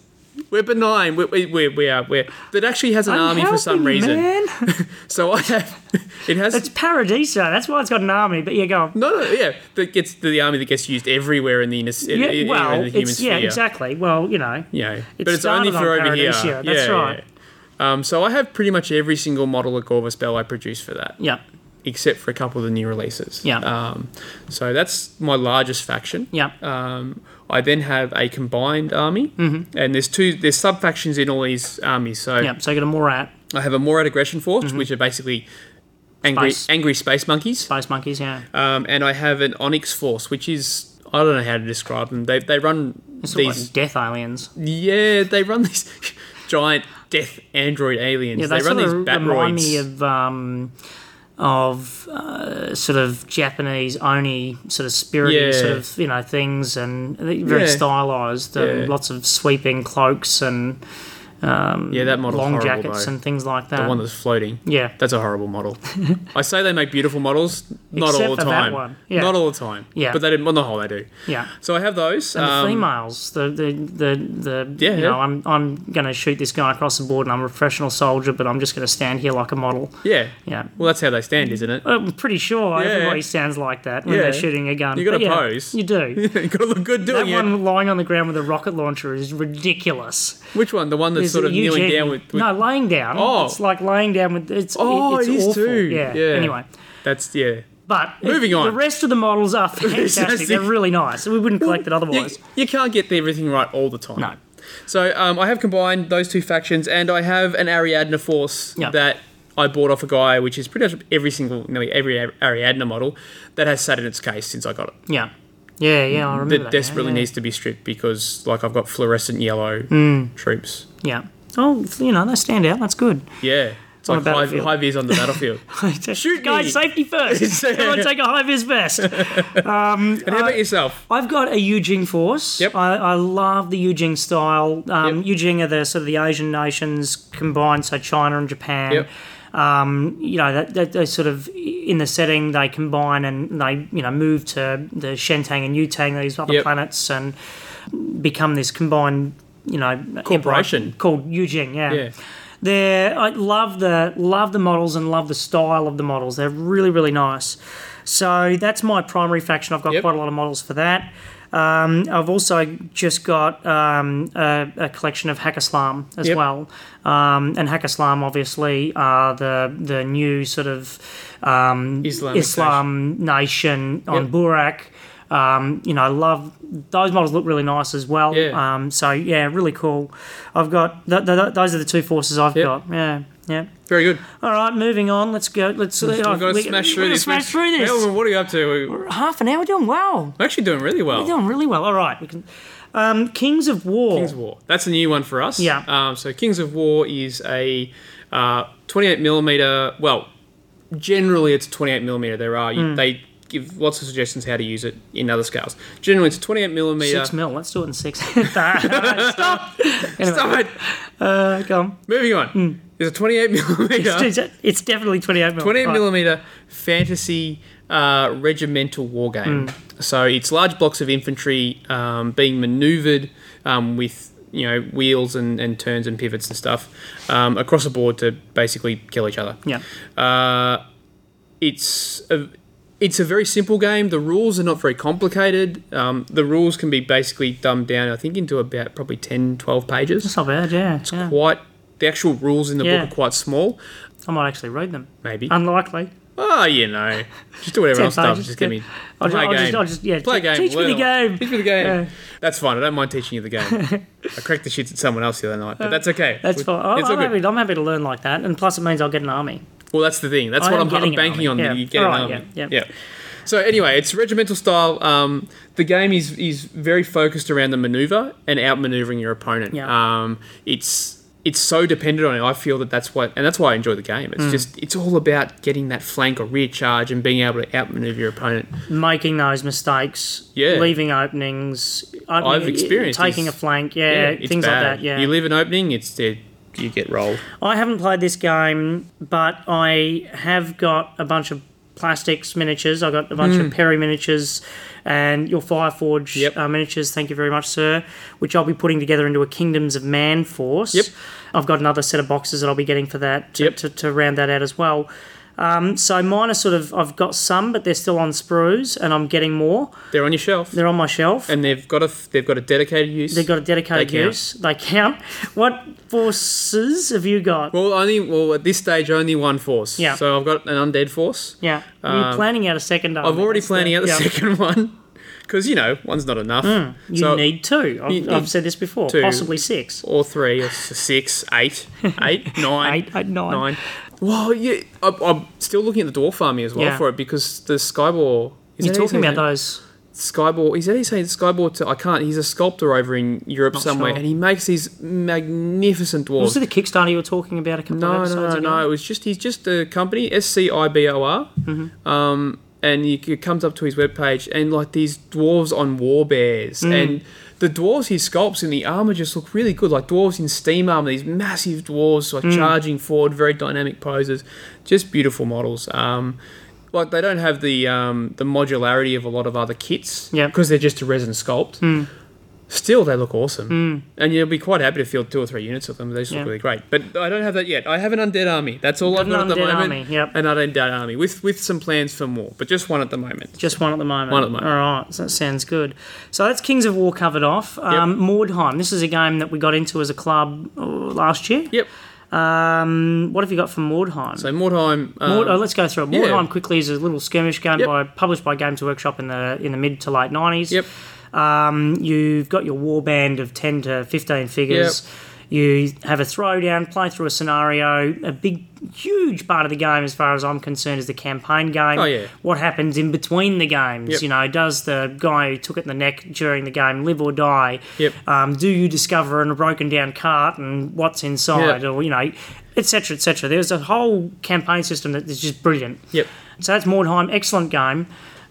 we're benign. We we we, we are. We're that actually has an army for some
Unhealthy,
reason. <laughs>
Man.
So I have <laughs> it has
It's Paradiso. That's why it's got an army. But yeah, go on.
no no yeah that gets the army that gets used everywhere in the inner yeah,
Yeah,
in,
well,
in the human
it's,
sphere.
yeah, exactly. Well, you know.
Yeah,
It
but it's only
started
for
on
over here.
Paradisia,
Yeah,
that's
yeah,
right.
yeah. Um, so I have pretty much every single model of Corvus Bell I produce for that.
Yeah.
except for a couple of the new releases.
Yeah.
Um, so that's my largest faction.
Yeah.
Um, I then have a combined army, mm-hmm. and there's two there's sub factions in all these armies. So
yeah. Mm-hmm. So I got a Morat,
I have a Morad aggression force, which are basically angry
Space.
angry space monkeys,
Space Monkeys. Yeah.
um, and I have an Onyx force, which is I don't know how to describe them. They they run
It's sort of
these
like death aliens.
yeah they run <laughs> these giant death android aliens.
Yeah, they,
run
sort
these
of remind me
batroids.
of um, of uh, sort of Japanese oni sort of spirited
Yeah.
sort of you know things and they're very
Yeah.
stylized and
Yeah.
lots of sweeping cloaks and um,
Yeah, that model's
long
horrible,
jackets
though.
and uh, things like that.
the one that's floating.
yeah,
That's a
<laughs>
horrible model. I say they make beautiful models, not
Except
all the
for that
time.
one. Yeah.
Not all the time.
Yeah.
But they did, on the whole, they do.
yeah.
So I have those.
And
um,
the females, the the the, the
Yeah,
you know,
yeah.
I'm I'm gonna shoot this guy across the board, and I'm a professional soldier, but I'm just gonna stand here like a model.
Yeah.
Yeah,
Well, that's how they stand, isn't
<laughs>
it? <laughs>
I'm pretty sure
Yeah, yeah.
everybody sounds like that when
Yeah.
they're shooting a gun.
You gotta
But yeah,
pose.
You do.
<laughs> you got to look good doing
That
it.
one lying on the ground with a rocket launcher is ridiculous.
Which one? The one that's
Is
sort
it
of kneeling
Eugene-
down with. with
no laying down.
Oh.
it's like laying down with it's.
Oh,
it's
it is
awful.
too.
Yeah.
Yeah.
Anyway,
That's, yeah.
but
Moving on.
The rest of the models
<laughs>
are fantastic.
Fantastic.
They're really nice. We wouldn't collect it
You,
otherwise.
you can't get everything right all the time.
No.
So um, I have combined those two factions, and I have an Ariadna force
Yeah.
that I bought off a guy, which is pretty much every single, nearly every Ari- Ariadna model that has sat in its case since I got it.
Yeah. Yeah. Yeah. I remember
that
that.
desperately
yeah.
needs to be stripped because like I've got fluorescent yellow
Hmm.
troops.
Yeah. Oh, you know they stand out. That's
<laughs>
good.
Yeah. It's
On
like
the
high,
battlefield.
high vis
<laughs>
on the battlefield. Shoot
guys,
me.
safety
<laughs>
first. Everyone take a high vis vest.
And
Uh,
how about yourself?
I've got a Yujing force.
Yep.
I, I love the Yujing style. Um,
Yep.
Yujing are the sort of the Asian nations combined, so China and Japan.
Yep.
Um, you know, that, that they sort of in the setting they combine and they you know move to the Shentang and Yutang, these other
Yep.
planets, and become this combined you know empire
Corporation.
called Yujing.
Yeah.
They're I love the love the models and love the style of the models. They're really really nice. So that's my primary faction. I've got
Yep.
quite a lot of models for that. Um, I've also just got um, a, a collection of Hackaslam as
Yep.
well, um, and Hackaslam obviously are the the new sort of um,
Islamic
Islam um, nation on
Yep.
Burak. Um, you know, I love those models. Look really nice as well.
Yeah.
Um, so yeah, really cool. I've got th- th- th- those are the two forces I've
Yep.
got. Yeah, yeah.
Very good.
All right, moving on. Let's go. Let's. oh, We've
I've got to smash through this.
Smash through this.
Melvin, what are you up to? We're
Half an hour. Doing well.
actually doing really well.
Doing really well. All right. We can. Um, Kings of War.
Kings of War. That's a new one for us.
Yeah.
Um, so Kings of War is a uh, 28 millimeter. Well, generally it's 28 millimeter. There are
Hmm.
you, they give lots of suggestions how to use it in other scales. Generally, it's 28 millimeter.
Six mil. Let's do it in six. <laughs>
<laughs>
Stop. Anyway, Hmm.
Stop it.
Uh, go on.
Moving on. There's a 28 <laughs> millimeter,
It's, it's definitely twenty-eight mil.
28
Right.
millimeter fantasy uh, regimental war game.
Hmm.
So it's large blocks of infantry um, being manoeuvred um, with you know wheels and, and turns and pivots and stuff um, across the board to basically kill each other.
Yeah.
Uh, it's a it's a very simple game. The rules are not very complicated. Um, the rules can be basically dumbed down, I think, into about probably 10, 12 pages.
It's not bad. Yeah. yeah.
Quite the actual rules in the
Yeah.
book are quite small.
I might actually read them.
Maybe.
Unlikely.
Oh, you know, just do
<laughs>
whatever
Ten
else does.
pages,
Just give
yeah.
me
I'll
play
ju- I'll
a
just-
game.
I'll just- yeah,
play a
te-
game.
teach me the
learn a lot.
game.
Teach me the game.
Yeah.
That's fine. I don't mind teaching you
<laughs>
the game. I cracked the shits at someone else the other night, but that's okay.
Uh, That's
We-
fine. I'm,
it's all
I'm,
good.
happy, I'm happy to learn like that, and plus it means I'll get an army.
Well, that's the thing. That's
I
what
am
I'm, I'm
Oh, getting an
banking
army.
on.
Yeah.
That you get
Alright,
an army.
yeah, yeah.
yeah. So anyway, it's regimental style. Um, the game is is very focused around the maneuver and outmaneuvering your opponent.
Yeah.
Um, it's it's so dependent on it. I feel that that's what, and that's why I enjoy the game.
Mm.
It's just it's all about getting that flank or rear charge and being able to outmaneuver your opponent.
Making those mistakes,
Yeah.
leaving openings. I-
I've experienced
taking
this.
a flank, yeah,
it's
things
bad.
like that. Yeah,
You leave an opening, it's dead. You get rolled.
I haven't played this game, but I have got a bunch of plastics miniatures. I got a bunch of Perry miniatures and your Fireforge
Hmm. Yep.
uh, miniatures. Thank you very much, sir. Which I'll be putting together into a Kingdoms of Man force.
Yep.
I've got another set of boxes that I'll be getting for that to,
Yep.
to, to round that out as well. Um, so mine are sort of, I've got some, but they're still on sprues and I'm getting more.
They're on your shelf,
They're on my shelf.
and they've got a f- they've got a dedicated use.
They've got a dedicated
They count.
use. They count. <laughs> What forces have you got?
well, only well at this stage only one force.
Yeah.
So I've got an undead force.
yeah. You're planning out a second
Um, I've already
That's
planning out the
yeah. Hmm.
second <laughs> one because you know one's not enough.
You
so,
need two. I've,
You-
I've said this before.
two.
Possibly six.
or three, or s- six,
<laughs>
eight, eight, nine,
Eight, eight, nine.
nine. Well, yeah, I, I'm still looking at the dwarf army as well
Yeah.
for it because the skyball. Is
You're
that how you say
talking
his
about
name?
those.
skyball. Is that he saying skyball? To I can't. He's a sculptor over in Europe somewhere,
sure.
and he makes these magnificent
Was
dwarves.
it the Kickstarter you were talking about a couple of
No, no,
episodes
no,
ago?
no. It was just he's just a company S C I B O R,
Mm-hmm.
um, and he, it comes up to his webpage and like these dwarves on war bears
Mm.
and the dwarves he sculpts in the armor just look really good, like dwarves in steam armor. These massive dwarves
Mm.
like charging forward, very dynamic poses, just beautiful models. Um, like they don't have the um, the modularity of a lot of other kits
Yep.
because they're just a resin sculpt. Still, they look awesome, and you'll be quite happy to field two or three units of them. They just
Mm. Yeah.
look really great. But I don't have that yet. I have an undead army. That's all I've
an
got at the
undead
moment.
army, yep.
An undead army with with some plans for more, but just one at the moment.
Just one at the moment.
One at the moment.
All right, so that sounds good. So that's Kings of War covered off. Um, Mordheim. This is a game that we got into as a club uh, last year.
Yep.
Um, what have you got for Mordheim?
So Mordheim. Um,
Mord- oh, let's go through it.
yeah.
Mordheim quickly is a little skirmish game
Yep.
by published by Games Workshop in the in the mid to late nineties.
Yep.
Um, you've got your war band of ten to fifteen figures. You have a throwdown, play through a scenario. A big, huge part of the game, as far as I'm concerned, is the campaign game.
Oh, yeah.
What happens in between the games?
Yep.
You know, does the guy who took it in the neck during the game live or die?
Yep.
Um, do you discover a broken down cart and what's inside?
Yeah.
Or, you know, et cetera, et cetera. There's a whole campaign system that is just brilliant.
Yep.
So that's Mordheim. Excellent game.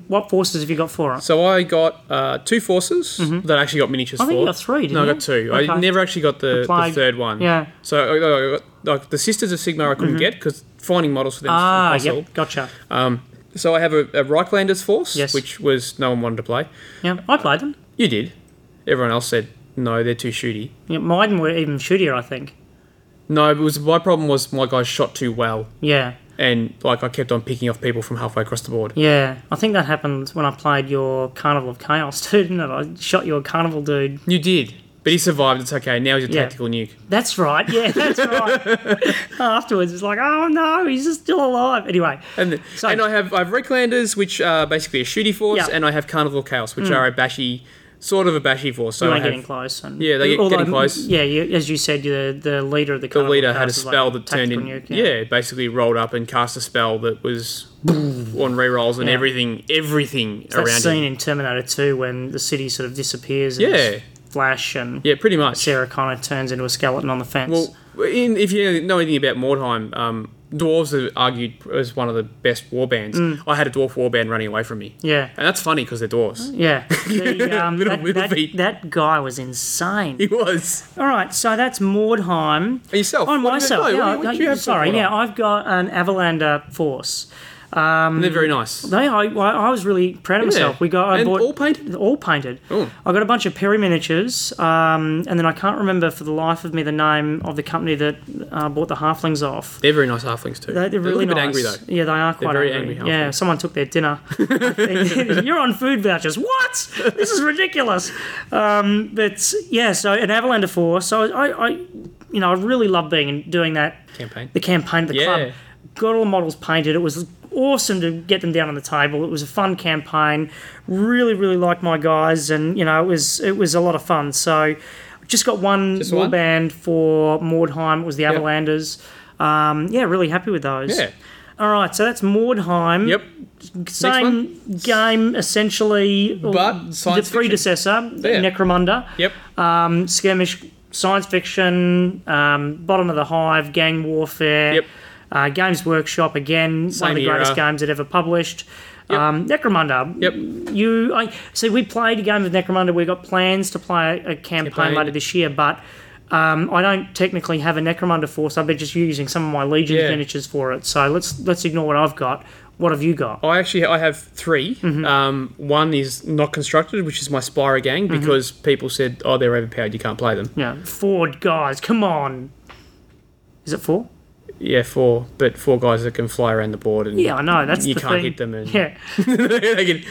What forces have you got for it?
So I got uh, two forces that I actually got miniatures
Mm-hmm. I think
for.
you got three, didn't
no, I
you?
got two. I
Okay.
never actually got the, the,
plague.
third one.
Yeah. Mm-hmm.
So I, I got, like the Sisters of Sigmar I couldn't get 'cause get because finding models for them
Ah,
is impossible.
yep, gotcha.
So I have a, a Reichlanders force,
Yes.
which was no one wanted to play.
Yeah, I played them.
You did. Everyone else said no, they're too shooty.
Yeah, mine were even shootier, I think.
No, it was my problem was my guy shot too well,
Yeah,
and like I kept on picking off people from halfway across the board.
yeah. I think that happened when I played your Carnival of Chaos, <laughs> too, didn't it? I shot your Carnival dude.
You did, but he survived. It's okay. Now he's a
Yeah.
tactical nuke.
That's right. Yeah, that's right. <laughs> Afterwards, it's like, oh no, he's just still alive. Anyway,
And, the,
So-
and I have I have Recklanders, which are basically a shooty force,
Yeah. Hmm.
and I have Carnival Chaos, which are a bashy, sort of a bashy force. So
you
I
ain't
have,
getting close. And,
Yeah, they get-
although,
getting close.
Yeah, you, as you said, you're the, the leader of the
the
Carnival
leader
of
had a
Chaos is like
spell that turned in.
tactical nuke,
yeah. basically rolled up and cast a spell
<laughs>
that was on rerolls and
Yeah.
everything, everything
That
around
scene
him.
in Terminator 2 when the city sort of disappears. And
Yeah.
it's Flash and
Yeah, pretty much.
Sarah Connor turns into a skeleton on the fence.
Well, in, if you know anything about Mordheim, um, dwarves are argued as one of the best war bands.
Mm.
I had a dwarf war band running away from me.
yeah.
And that's funny because they're dwarves. <laughs>
Yeah. The, um,
Little
that,
little
that-
feet.
that guy was insane.
He was.
All right, so that's Mordheim.
And yourself.
On
what
myself,
Did, no,
yeah,
what, what
I-
do you have for
sorry,
Mordheim?
yeah, I've got an Avalander force. Um,
And they're very nice.
They, I, I was really proud of
Yeah.
myself. We got, I
and
bought
all painted.
all painted.
Ooh.
I got a bunch of Perry miniatures, um, and then I can't remember for the life of me the name of the company that uh, bought the halflings off.
They're very nice halflings too.
They- They're really
a little
nice.
bit angry though.
Yeah, they are quite
very
angry.
angry
yeah,
halflings.
someone took their
<laughs>
dinner. <laughs> You're on food vouchers. What? This is ridiculous. Um, but yeah, so an Avalander four. So I, I, you know, I really love being and doing that
Campaign.
the campaign of the
Yeah.
club. Got all the models painted. It was awesome to get them down on the table. It was a fun campaign. Really, really liked my guys, and you know, it was it was a lot of fun. So, just got one
Just
war
one?
band for Mordheim. It was the
Yep.
Avalanders. Um, yeah, really happy with those.
Yeah.
All right, so that's Mordheim.
Yep.
Same game essentially, or
But science
the
fiction.
predecessor,
Yeah.
Necromunda
Yep.
um, skirmish, science fiction, um, bottom of the hive, gang warfare.
Yep.
Uh, Games Workshop again, one
Same
of the greatest
era.
games that ever published. Um, Necromunda.
Yep.
You, I see. We played a game of Necromunda. We got plans to play a campaign
Campaign.
later this year, but um, I don't technically have a Necromunda force. I've been just using some of my Legion
Yeah.
miniatures for it. So let's let's ignore what I've got. What have you got?
I actually I have 3
Mm-hmm.
Um, one is not constructed, which is my Spyra gang,
Mm-hmm.
because people said, "Oh, they're overpowered. You can't play them."
Yeah, Ford guys, come on. Is it four?
yeah, four, but four guys that can fly around the board and
Yeah, I know. That's
you
the
can't
thing.
hit them. And
Yeah.
<laughs> they can,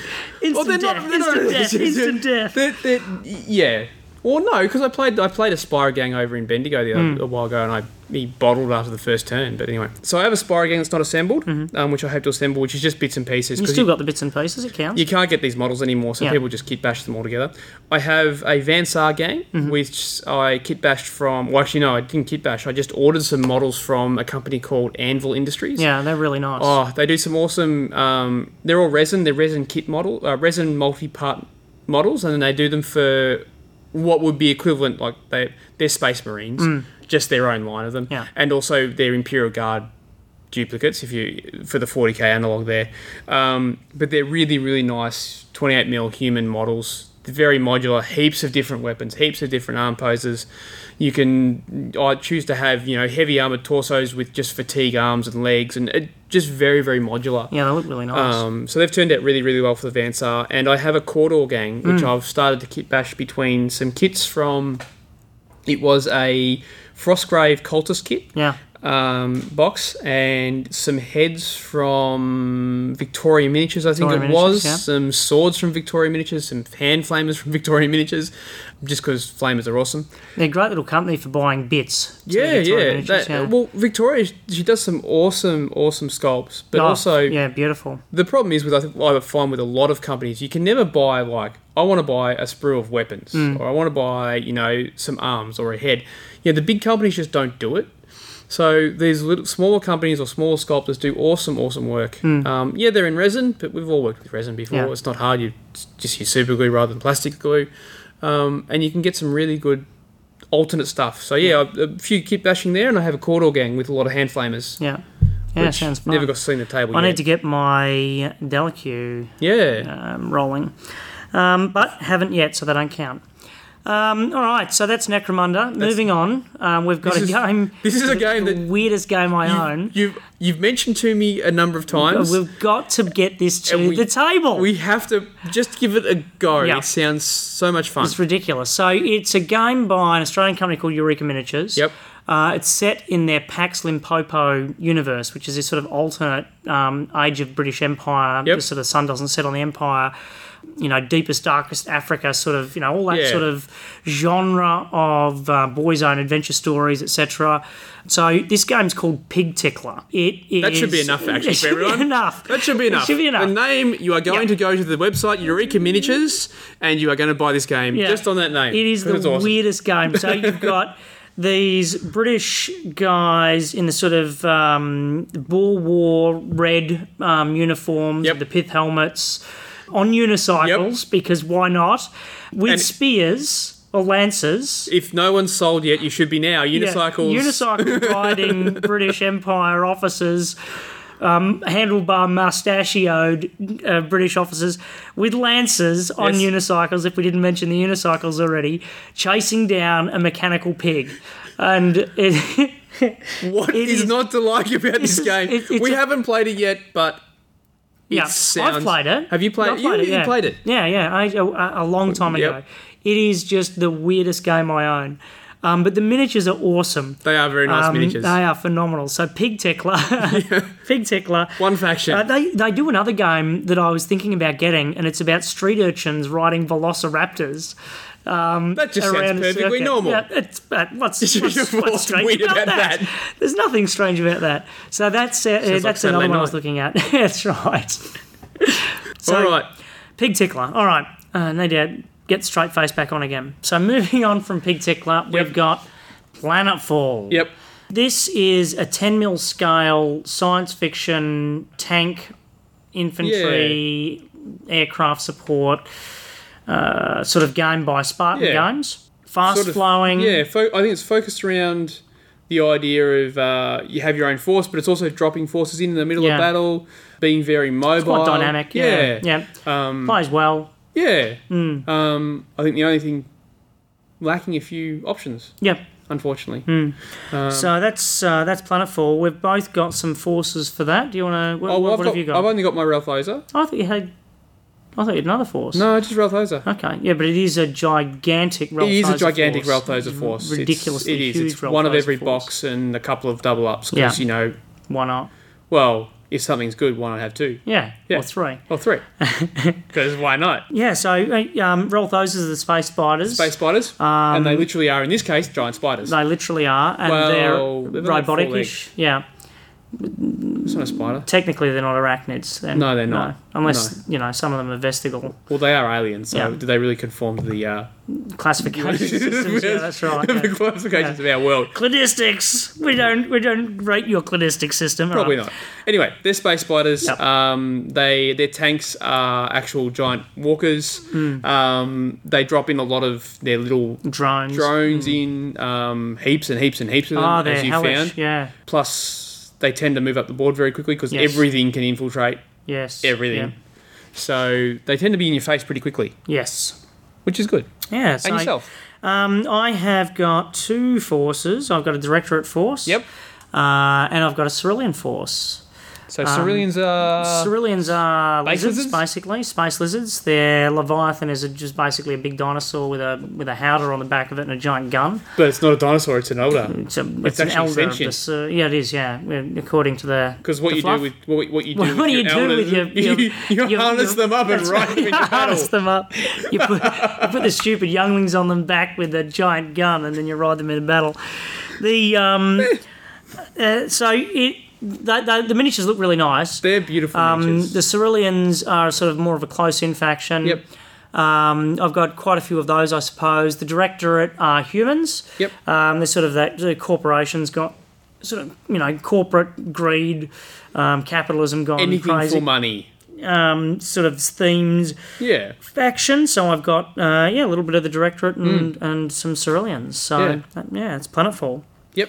Instant
well, they're
death.
not. They're
instant
not,
death.
<laughs>
instant death.
They're, they're, yeah. Well, no, because I played I played a Spyro gang over in Bendigo the other,
Hmm.
a while ago, and I he bottled after the first turn. But anyway, so I have a Spyro gang that's not assembled, um, which I hope to assemble, which is just bits and pieces.
Mm-hmm. You
'cause
still got the bits and pieces. It counts.
you can't get these models anymore, so
Yeah.
people just kit bash them all together. I have a Vansar game,
Mm-hmm.
which I kit bashed from. Well, actually, no, I didn't kit bash. I just ordered some models from a company called Anvil Industries.
yeah, they're really nice.
Oh, they do some awesome. Um, they're all resin. They're resin kit model, uh, resin multi-part models, and then they do them for what would be equivalent, like they they're Space Marines, just their own line of them,
Mm. Yeah.
and also their Imperial Guard duplicates if you for the 40k analog there. Um, but they're really really nice 28 mil human models. They're Very modular, heaps of different weapons, heaps of different arm poses. You can I choose to have you know heavy armored torsos with just fatigue arms and legs, and it, just very very modular.
yeah, they look really nice.
Um, so they've turned out really, really well for the Vansar. And I have a Cordor gang, which I've started to kit bash between some kits from. It was a Frostgrave cultist kit
yeah.
um, box and some heads from Victoria Miniatures, I think
Victoria
it was.
Miniatures, yeah.
Some swords from Victoria Miniatures, some hand flamers from <laughs> Victoria Miniatures, just because flamers are awesome.
They're a great little company for buying bits. to
yeah,
get to our
yeah.
miniatures,
That- Well, Victoria, she does some awesome, awesome sculpts, but
Oh,
also
yeah, beautiful.
the problem is with I think what I find with a lot of companies, you can never buy like I want to buy a sprue of weapons
Mm.
or I want to buy you know some arms or a head. Yeah, the big companies just don't do it. So these little smaller companies or smaller sculptors do awesome, awesome work. Um, yeah, they're in resin, but we've all worked with resin before.
Mm. Yeah.
It's not hard. You it's just use super glue rather than plastic glue, um, and you can get some really good alternate stuff. So yeah, a a few kit bashing there, and I have a Cordor gang with a lot of hand flamers.
Yeah, yeah,
which
sounds fun.
Never got seen the table.
I
yet.
need to get my Delacue
Yeah.
um, rolling, um, but haven't yet, so they don't count. Um, all right, so that's Necromunda. Moving on, um, we've got a
This is-
game.
this is a game
the
that-
weirdest game I own.
You've you've mentioned to me a number of times.
We've got to get this to
And we-
the table.
we have to just give it a go.
Yeah.
It sounds so much fun.
It's ridiculous. So it's a game by an Australian company called Eureka Miniatures.
Yep.
Uh, it's set in their Pax Limpopo universe, which is this sort of alternate um, age of British Empire.
Yep.
just So the sun doesn't set on the empire. You know, deepest, darkest Africa, sort of, you know, all that
Yeah.
sort of genre of uh, boys' own adventure stories, etc. So this game's called Pig Tickler. It is
That should be enough,
<laughs>
actually,
It
for
should be
everyone.
enough.
that should be
It
enough.
should be enough.
The name you are going
Yeah.
to go to the website Eureka Miniatures, and you are going to buy this game
Yeah.
just on that name.
It is the
That's awesome.
weirdest game. So
<laughs>
you've got these British guys in the sort of um, Boer War red um, uniforms,
Yep.
the pith helmets, on unicycles because why not? With
And-
spears or lances.
If no one's sold yet, you should be now.
Yeah,
Unicycles. <laughs>
unicycle riding British Empire officers, um, handlebar mustachioed uh, British officers with lances on
Yes.
unicycles, if we didn't mention the unicycles already, chasing down a mechanical pig. And <laughs> it,
What
It
is
is-
not to like about this
is-
game?
it- <laughs> it's
we
a-
haven't played it yet, but
yeah, I've
sounds-
played it.
Have you played
I've
it? You- you
yeah.
played it?
Yeah, yeah, I, a, a long time
Yep.
ago. It is just the weirdest game I own. Um, but the miniatures are awesome.
they are very nice
Um,
miniatures.
They are phenomenal. So Pig
<laughs>
Tickler, Pig Tickler.
One faction.
Uh, they they do another game that I was thinking about getting, and it's about street urchins riding velociraptors
that just
around
sounds
a
perfectly
circuit.
normal.
Yeah, it's, but what's,
<laughs>
what's, what's
What's
strange
weird
about,
about
that?
that?
There's nothing strange about that. So that's uh, uh,
like
that's another
Saturday
one I was
night.
looking at. <laughs> that's right. So,
All right.
Pig Tickler. All right, uh, need to get straight face back on again. So moving on from Pig Tickler, we've
Yep.
got Planetfall.
Yep.
This is a 10 mil scale science fiction tank, infantry, aircraft support uh, sort of game by Spartan
Yeah.
Games. Fast
sort of-
flowing.
Yeah, fo- I think it's focused around the idea of uh, you have your own force, but it's also dropping forces in, in the middle
Yeah.
of battle, being very mobile,
Quite dynamic. Yeah. Hmm.
yeah, Um,
Yeah. Plays well.
yeah. Um, I think the only thing lacking a few options,
Yeah.
unfortunately.
Hmm.
um,
so that's uh, that's Planetfall. We've both got some forces for that. Do you want to. What,
Oh, well,
what,
I've,
what
got,
have you got?
I've only got my Ralph Oza.
Oh, I thought you had. I thought you had another force.
No, just Ralthosa.
Okay, yeah, but it is a gigantic. Ralph
It is a
Fizer
gigantic
force.
Ralthosa force. It's-
Ridiculously
it is.
huge.
It's one of
Ralph Fizer
every
force.
box and a couple of double ups
Yeah.
because you know,
Why not?
well, if something's good, why not have two
Yeah,
Yeah.
or three. <laughs>
or three? Because why not?
Yeah, so uh, um, Ralthosas are the space Um, spiders.
Space spiders, and they literally are in this case giant spiders.
They literally are, and
Well,
they're
they've only got four
roboticish. Yeah,
It's not a spider.
technically they're not arachnids. Then.
No, they're not.
Unless you know some of them are vestigal
Well, they are aliens, so
Yeah.
do they really conform to the uh, <laughs>
classification systems. Yeah, that's right.
the
yeah.
classifications of our world?
Cladistics. We don't we don't rate your cladistic system.
Probably
Alright.
not. Anyway, they're space spiders.
Yep.
Um, they their tanks are actual giant walkers.
Hmm.
Um, they drop in a lot of their little
Drones.
drones in um, heaps and heaps and heaps of them,
Hmm. Ah,
as
they're
you
hellish.
found.
Yeah.
Plus, they tend to move up the board very quickly because
Yes.
everything can infiltrate
Yes.
everything.
Yeah.
So they tend to be in your face pretty quickly,
Yes.
which is good.
Yeah. So
And yourself,
Um, I have got two forces. I've got a directorate force.
Yep.
Uh, and I've got a cerulean force.
so
Um,
ceruleans uh, are
Ceruleans are
space
lizards,
lizards?
basically space lizards. Their leviathan is a, just basically a big dinosaur with a with a howder on the back of it and a giant gun.
but it's not a dinosaur; it's an older.
It's a it's, an
actually
elder of
sentient.
the cer- yeah it is yeah uh, according to the
Because what
the
you
fluff. <laughs>
do with what, what you do
What
with
do
your
you do with
<laughs>
your-
elders- you,
your- your-
harness them up and
That's
ride
right, <laughs>
them in
you
your battle.
harness them up. You put, you put the stupid younglings on them back with a giant gun, and then you ride them into battle. The um, <laughs> uh, so it the, the, the miniatures look really nice.
They're beautiful
Um,
miniatures.
the ceruleans are sort of more of a close-in faction.
Yep.
Um, I've got quite a few of those, I suppose. The directorate are humans.
Yep.
Um, they're sort of that the corporations got sort of you know corporate greed, um, capitalism gone
Anything for
crazy.
money.
um, sort of themes
Yeah.
faction. So I've got uh, yeah a little bit of the directorate and, and some ceruleans. So
Hmm. Yeah.
uh, yeah it's plentiful.
Yep.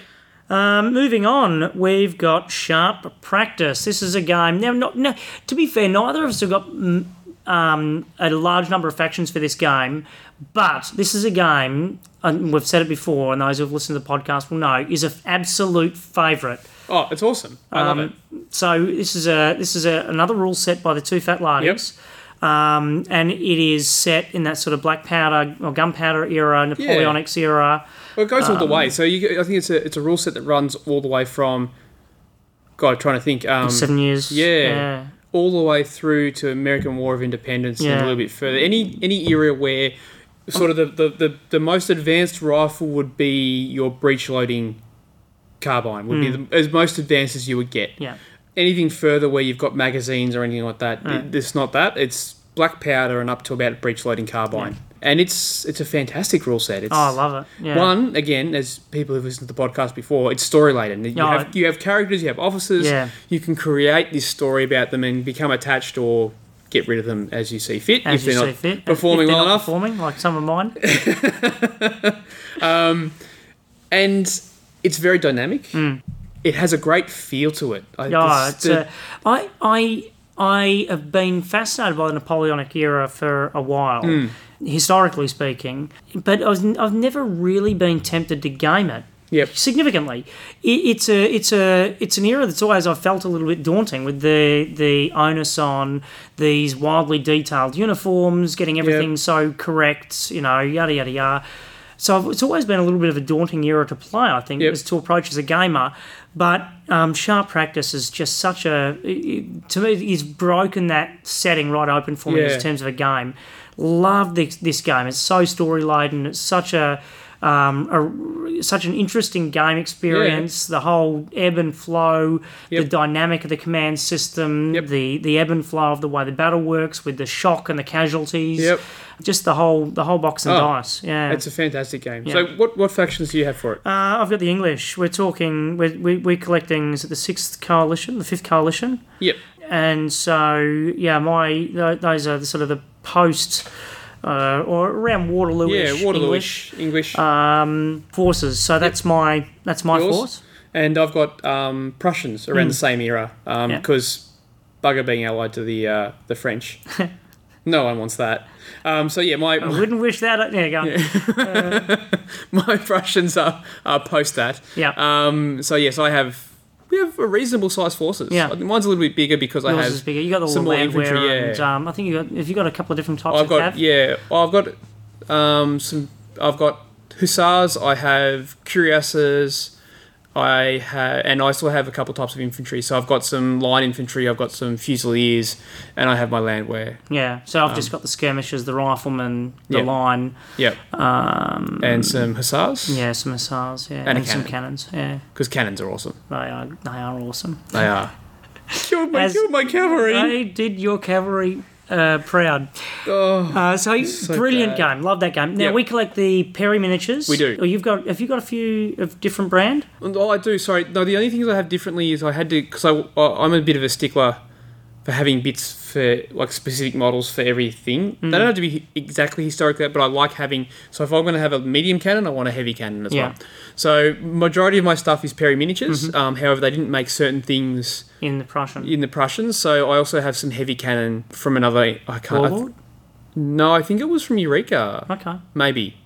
Um, moving on, we've got Sharp Practice. This is a game. Now, not, no, to be fair, neither of us have got mm, um, a large number of factions for this game, but this is a game, and we've said it before, and those who've listened to the podcast will know, is an absolute favourite.
Oh, it's awesome. I
Uh,
love it.
So this is a this is a, another rule set by the two fat lardies. Um, and it is set in that sort of black powder or gunpowder era, Napoleonics era.
Well, it goes all
um,
the way. So you, get- I think it's a it's a rule set that runs all the way from. God, trying to think. Um,
Seven years.
yeah. all the way through to American War of Independence and
Yeah.
a little bit further. Any any era where sort of the, the, the, the most advanced rifle would be your breech loading carbine would be the, as most advanced as you would get.
Hmm. Yeah.
Anything further where you've got magazines or anything like
Hmm.
that, it- it's not that. It's black powder and up to about breech loading carbine. And it's it's a fantastic rule set. It's,
Oh, I love it. Yeah.
One again, as people who've listened to the podcast before, it's story laden. You,
Yeah.
have, you have characters, you have officers.
Yeah.
You can create this story about them and become attached or get rid of them as you see fit.
as
if
you
they're
see
not
fit.
performing
if they're
well
not
enough.
Performing like some of
<laughs>
mine.
And it's very dynamic. It has a great feel to it. I,
Hmm. Yeah,
this-
it's
the-
a, I, I, I have been fascinated by the Napoleonic era for a while,
Hmm.
historically speaking, but I was, I've never really been tempted to game it.
Yep.
significantly. It, it's a it's a it's an era that's always I felt a little bit daunting with the the onus on these wildly detailed uniforms, getting everything so correct, you know, yada yada yada. So I've- it's always been a little bit of a daunting era to play. I think
Yep.
as to approach as a gamer, but um, sharp practice is just such a it- it- to me he's broken that setting right open for me
Yeah.
in terms of a game. Love this this game. It's so story laden. It's such a um, a such an interesting game experience. The whole ebb and flow, the
Yep.
dynamic of the command system,
Yep.
the the ebb and flow of the way the battle works with the shock and the casualties.
Yep.
Just the whole the whole box and
Oh,
dice. Yeah.
it's a fantastic game. So, what, what factions do you have for it?
uh, I've got the English. We're talking. We're, we, we're collecting. Is it the sixth coalition? The fifth coalition?
yep.
and so yeah, my th- those are the sort of the post uh, or around Waterloo-ish
Yeah,
English
Waterlooish English.
forces. So that's my that's my
Yours?
force.
and I've got um, Prussians around the same era
Hmm. Yeah.
because bugger being allied to the uh,
<laughs>
the French. no one wants that. Um, so yeah, my <laughs>
I wouldn't wish that. There you go. Yeah.
<laughs> Uh, my Prussians are, are post that. Um, so yes, I have we have a reasonable sized forces.
Yeah.
I think mine's a little bit bigger because I
Yours
have
is bigger. You got the
some more infantry.
landwehr,
Yeah, Oh,
and um, I think you got. If you got a couple of different types,
I've
of
got
cav.
yeah, well, I've got um, some. I've got hussars. I have cuirasses. I have, and I still have a couple types of infantry. So I've got some line infantry. I've got some fusiliers, and I have my landwehr.
Yeah. So I've just got the skirmishers, the riflemen, the
Um, yeah.
line.
Yep,
Um,
and some hussars.
yeah, some missiles. Yeah,
And a
some
cannon.
cannons. Yeah,
because cannons are awesome.
they are. They are awesome.
They are. <laughs> killed my
As-
killed my cavalry.
They did your cavalry uh, proud.
oh,
Uh,
<laughs>
so, brilliant
bad.
game. Love that game. Now
Yep.
we collect the Perry miniatures.
We do.
Or you've got. Have you got a few of different brand?
Oh, I do. Sorry. No, the only things I have differently is I had to because I I- I'm a bit of a stickler for having bits for like specific models for everything. They don't have to be exactly historically, but I like having. So if I'm going to have a medium cannon, I want a heavy cannon as
Yeah.
well. So majority of my stuff is Perry miniatures. Um, however, they didn't make certain things
in the Prussian.
in the Prussians, so I also have some heavy cannon from another. I can't. I th-
Warlord?
no, I think it was from Eureka.
Okay.
Maybe.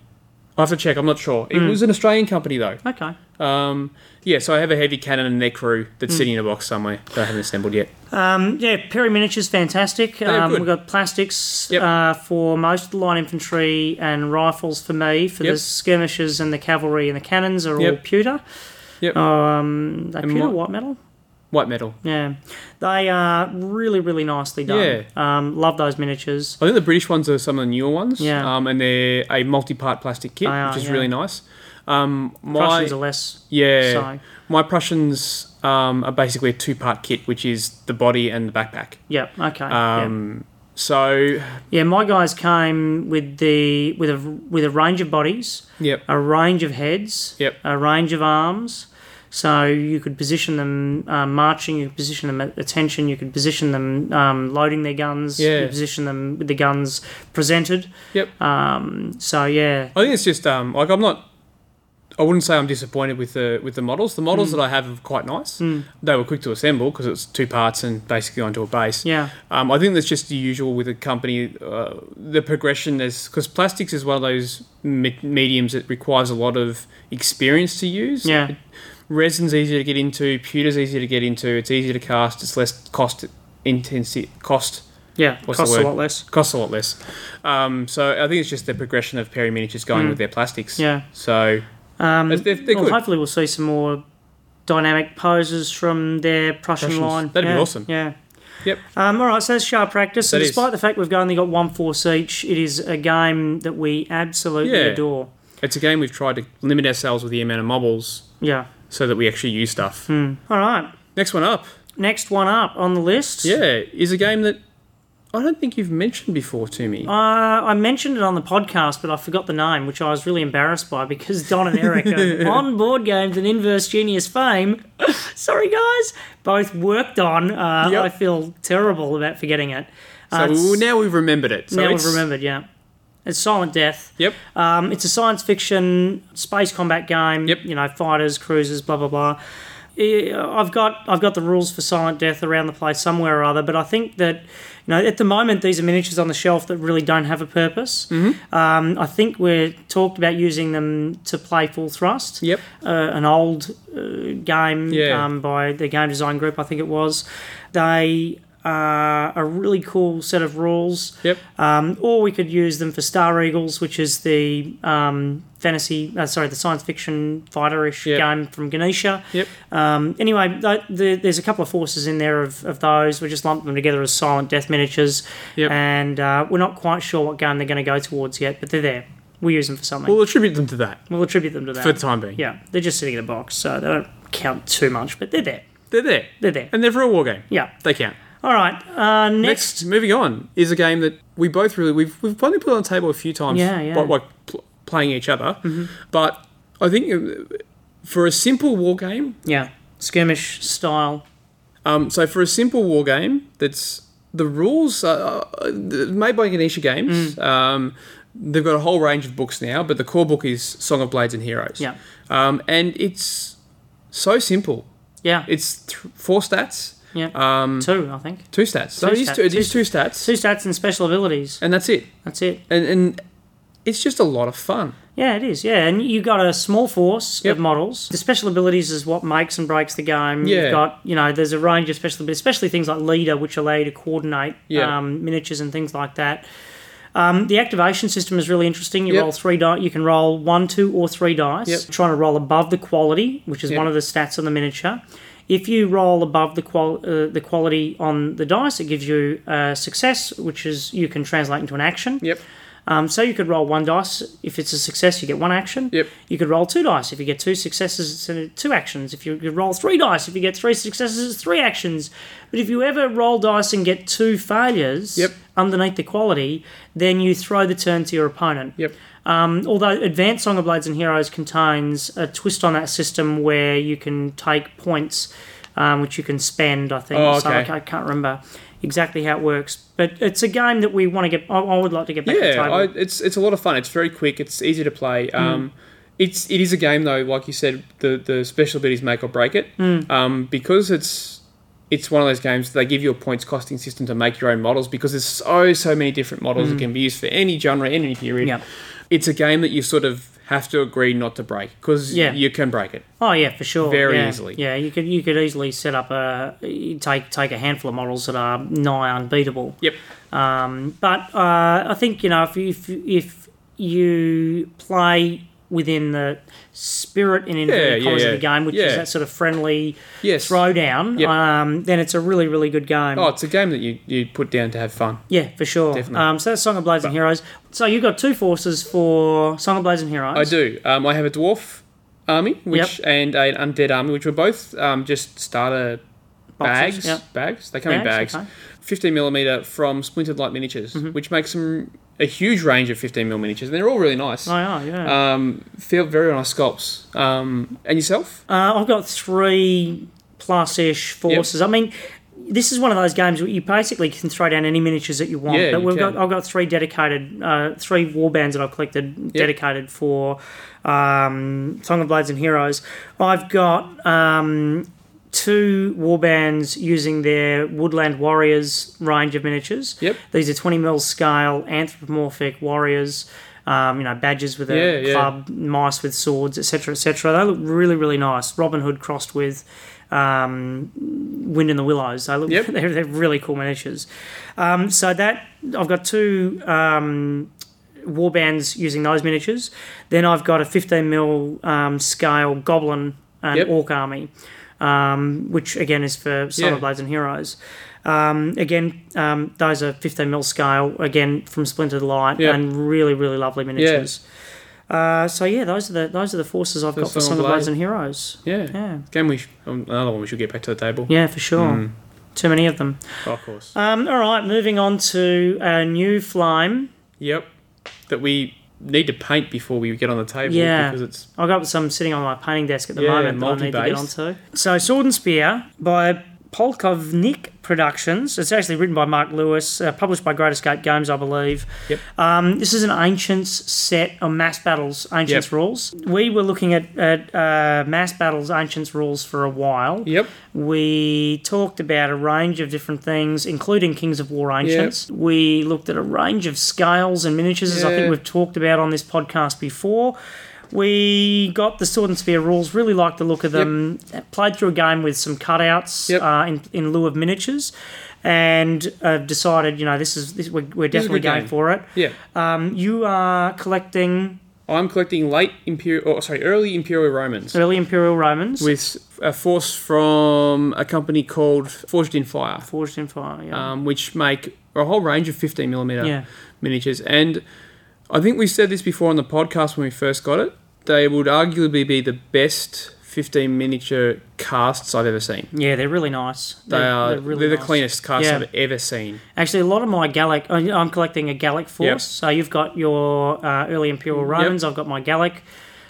I have to check. I'm not sure. It was an Australian company though.
Okay.
Um, yeah, so I have a heavy cannon and their crew
Hmm.
that's sitting in a box somewhere that I haven't assembled yet.
Um, yeah, Perry miniatures, fantastic.
are
Um,
good.
we've got plastics
Yep.
uh, for most of the line infantry and rifles for me. For the
Yep.
skirmishers and the cavalry and the cannons are all
Yep.
pewter.
Yep.
Um, they pewter,
my-
white metal.
White metal.
Yeah, they are really, really nicely done. Um, love those miniatures.
I think the British ones are some of the newer ones.
Yeah.
Um, and they're a multi-part plastic kit,
They are,
which is
yeah.
really nice. Um, my
Prussians are less.
yeah,
so.
my Prussians um, are basically a two-part kit, which is the body and the backpack.
Yeah. Okay. yeah.
Um, So,
Yeah, my guys came with the with a with a range of bodies,
yep,
a range of heads,
Yep.
a range of arms. So you could position them uh, marching, you could position them at attention, you could position them um, loading their guns, you
Yeah.
could position them with the guns presented.
yep.
Um, so yeah,
I think it's just um, like I'm not. I wouldn't say I'm disappointed with the with the models. The models
Hmm.
that I have are quite nice. They were quick to assemble because it's two parts and basically onto a base.
yeah,
Um, I think that's just the usual with a company. Uh, the progression is because plastics is one of those me- mediums that requires a lot of experience to use.
yeah,
Resin's easier to get into. Pewter's easier to get into. It's easier to cast. It's less cost intensive. Cost
yeah.
What's the
Costs a
word?
lot less.
costs a lot less. Um, so I think it's just the progression of Perry miniatures going with their plastics.
Hmm. Yeah.
So
Um,
It's- they're- they're
well,
good.
hopefully we'll see some more dynamic poses from their Prussian
Prussians.
line.
That'd be
Yeah,
awesome.
Yeah.
Yep.
Um, all right, so that's sharp practice. So
That is.
despite the fact we've only got one force each, it is a game that we absolutely
Yeah.
adore.
it's a game we've tried to limit ourselves with the amount of mobbles
Yeah.
so that we actually use stuff.
All right.
Next one up,
Next one up on the list.
yeah, is a game that I don't think you've mentioned before to me.
Uh, I mentioned it on the podcast, but I forgot the name, which I was really embarrassed by because Don and Eric
<laughs>
are on board games and inverse genius fame. <laughs> Sorry, guys. Both worked on. Uh,
Yep.
I feel terrible about forgetting it.
so
it's-
we- now we've remembered it. So
now
it's,
we've remembered, yeah. It's Silent Death.
Yep.
Um, it's a science fiction space combat game.
Yep.
You know, fighters, cruisers, blah blah blah. Eh, I've got I've got the rules for Silent Death around the place somewhere or other, but I think that you know at the moment these are miniatures on the shelf that really don't have a purpose.
Mm-hmm.
Um, I think we're talked about using them to play Full Thrust
Yep.
uh, an old uh, game
Yeah.
um, by the game design group, I think it was. They uh, are a really cool set of rules.
Yep.
Um, or we could use them for Star Eagles, which is the um, fantasy, uh, sorry, the science fiction fighter-ish
Yep.
game from Ganesha.
Yep.
Um, anyway, th the, there's a couple of forces in there of, of those. We just lumped them together as silent death miniatures,
Yep.
and uh, we're not quite sure what game they're going to go towards yet, but they're there. We use them for something.
We'll attribute them to that
We'll attribute them to that.
for the time being.
Yeah, they're just sitting in a box, so they don't count too much, but they're there.
They're there.
They're there.
And they're for a war game.
Yeah.
They count.
All right. Uh, next.
Next, moving on, is a game that we both really we've we've probably put on the table a few times,
Yeah, yeah. Mm-hmm.
by- Like, pl- playing each other. But I think uh, for a simple war game,
Yeah. Skirmish style.
um, so for a simple war game, that's the rules are, are made by Ganesha Games. Um, they've got a whole range of books now, but the core book is Song of Blades and Heroes.
Yeah.
um, and it's so simple.
Yeah.
It's th- four stats,
yeah.
um,
two, I think.
two stats. So
Two
it is
stat-
two, it
two
is two
Two
stats,
stats and special abilities.
and that's it.
That's it.
and and it's just a lot of fun.
Yeah, it is. Yeah, and you got a small force
Yep.
of models. The special abilities is what makes and breaks the game.
Yeah.
You've got, you know, there's a range of special abilities, especially things like leader, which allow you to coordinate
Yeah.
um, miniatures and things like that. Um, the activation system is really interesting. You
Yep.
roll three dice. You can roll one, two, or three dice.
Yep.
Trying to roll above the quality, which is
Yep.
one of the stats on the miniature. If you roll above the qual- uh, the quality on the dice, it gives you uh, success, which is you can translate into an action.
Yep.
Um, so you could roll one dice. If it's a success, you get one action.
Yep.
You could roll two dice. If you get two successes, it's uh, two actions. If you, you roll three dice, if you get three successes, it's three actions. But if you ever roll dice and get two failures
Yep.
underneath the quality, then you throw the turn to your opponent.
Yep.
Um, although Advanced Song of Blades and Heroes contains a twist on that system where you can take points, um, which you can spend, I think.
Oh,
So I,
okay.
ca- I can't remember exactly how it works. But it's a game that we want to get, I, I would like to get back to the
Yeah,
table. Mm.
I, it's it's a lot of fun. It's very quick. It's easy to play. Um, It's it is a game though. Like you said, the the special abilities make or break it.
Mm.
Um, because it's it's one of those games that they give you a points costing system to make your own models because there's so so many different models that can be used for any genre, any period.
Mm. Yeah.
It's a game that you sort of have to agree not to break because
Yeah.
you can break it.
Oh yeah, for sure.
Very
yeah.
easily.
Yeah, you could you could easily set up a take take a handful of models that are nigh unbeatable.
Yep.
Um, but uh, I think you know if you, if you- if you play within the spirit and inverted
Yeah, yeah,
commas
yeah.
of the game, which
Yeah.
is that sort of friendly
Yes.
throwdown,
Yep.
um, then it's a really really good game.
Oh, it's a game that you, you put down to have fun.
yeah, for sure.
Definitely.
Um, so that's Song of Blades and Heroes. So you've got two forces for Song of Blades and Heroes.
I do. Um, I have a dwarf army, which and an undead army, which were both um, just starter
Boxes,
Oh, bags.
yep.
Bags. They come
Bags,
in
okay. Mm-hmm.
bags. Fifteen millimeter from Splintered Light Miniatures, which makes them a huge range of fifteen mm miniatures, and they're all really nice.
Oh, yeah, yeah.
Um, feel very nice sculpts. Um, and yourself?
Uh, I've got three plus ish forces. I mean, this is one of those games where you basically can throw down any miniatures that you want.
Yeah,
but
you
we've
can.
got I've got three dedicated, uh, three warbands that I've collected dedicated for um, Song of Blades and Heroes. I've got um, two warbands using their Woodland Warriors range of miniatures.
Yep.
These are 20 mil scale anthropomorphic warriors. Um, you know, badges with a
Yeah, yeah.
club mice with swords, etc., etc. They look really, really nice. Robin Hood crossed with um, Wind in the Willows. They look <laughs>
Yep.
they're, they're really cool miniatures. Um, so that I've got two um, warbands using those miniatures. Then I've got a 15 mil um, scale goblin and
Yep.
orc army, um, which again is for Son
Yeah.
of Blades and Heroes. Um, again, um, those are 15 mil scale again from Splintered Light
Yep.
and really, really lovely miniatures. Uh, so yeah, those are the those are the forces I've got for
Song
Song
of
of Blades
Blades.
and Heroes.
Yeah.
Yeah,
Game we sh- um, another one we should get back to the table.
yeah, for sure.
Hmm.
Too many of them.
Oh, of course.
Um, all right, moving on to a new flame.
yep. That we need to paint before we get on the table
Yeah.
because it's
I've got some sitting on my painting desk at the
Yeah,
moment that I need to get
multi-based.
onto. So, Sword and Spear by Polkovnik Productions. It's actually written by Mark Lewis, uh, published by Great Escape Games, I believe.
Yep.
Um, this is an Ancients set of Mass Battles, Ancients
Yep.
rules. We were looking at, at uh, Mass Battles, Ancients rules for a while.
Yep.
We talked about a range of different things, including Kings of War Ancients. We looked at a range of scales and miniatures, as I
Yeah.
think we've talked about on this podcast before. We got the Sword and Spear rules, really liked the look of them, played through a game with some cutouts
Yep.
uh, in, in lieu of miniatures, and uh, decided, you know, this is this, we're, we're
is a
definitely
good
going
game.
for it.
Yeah.
Um, you are collecting
I'm collecting late imperial, or sorry, early imperial Romans
early Imperial Romans.
with a force from a company called Forged in Fire,
Forged in Fire, yeah.
um, which make a whole range of 15 millimeter
Yeah.
miniatures. And I think we said this before on the podcast when we first got it. They would arguably be the best 15 miniature casts I've ever seen.
yeah, they're really nice.
They are they're, the
nice.
cleanest casts
Yeah.
I've ever seen.
Actually, a lot of my Gallic, I- I'm collecting a Gallic force.
Yep.
So you've got your uh, early Imperial Romans. I've got my Gallic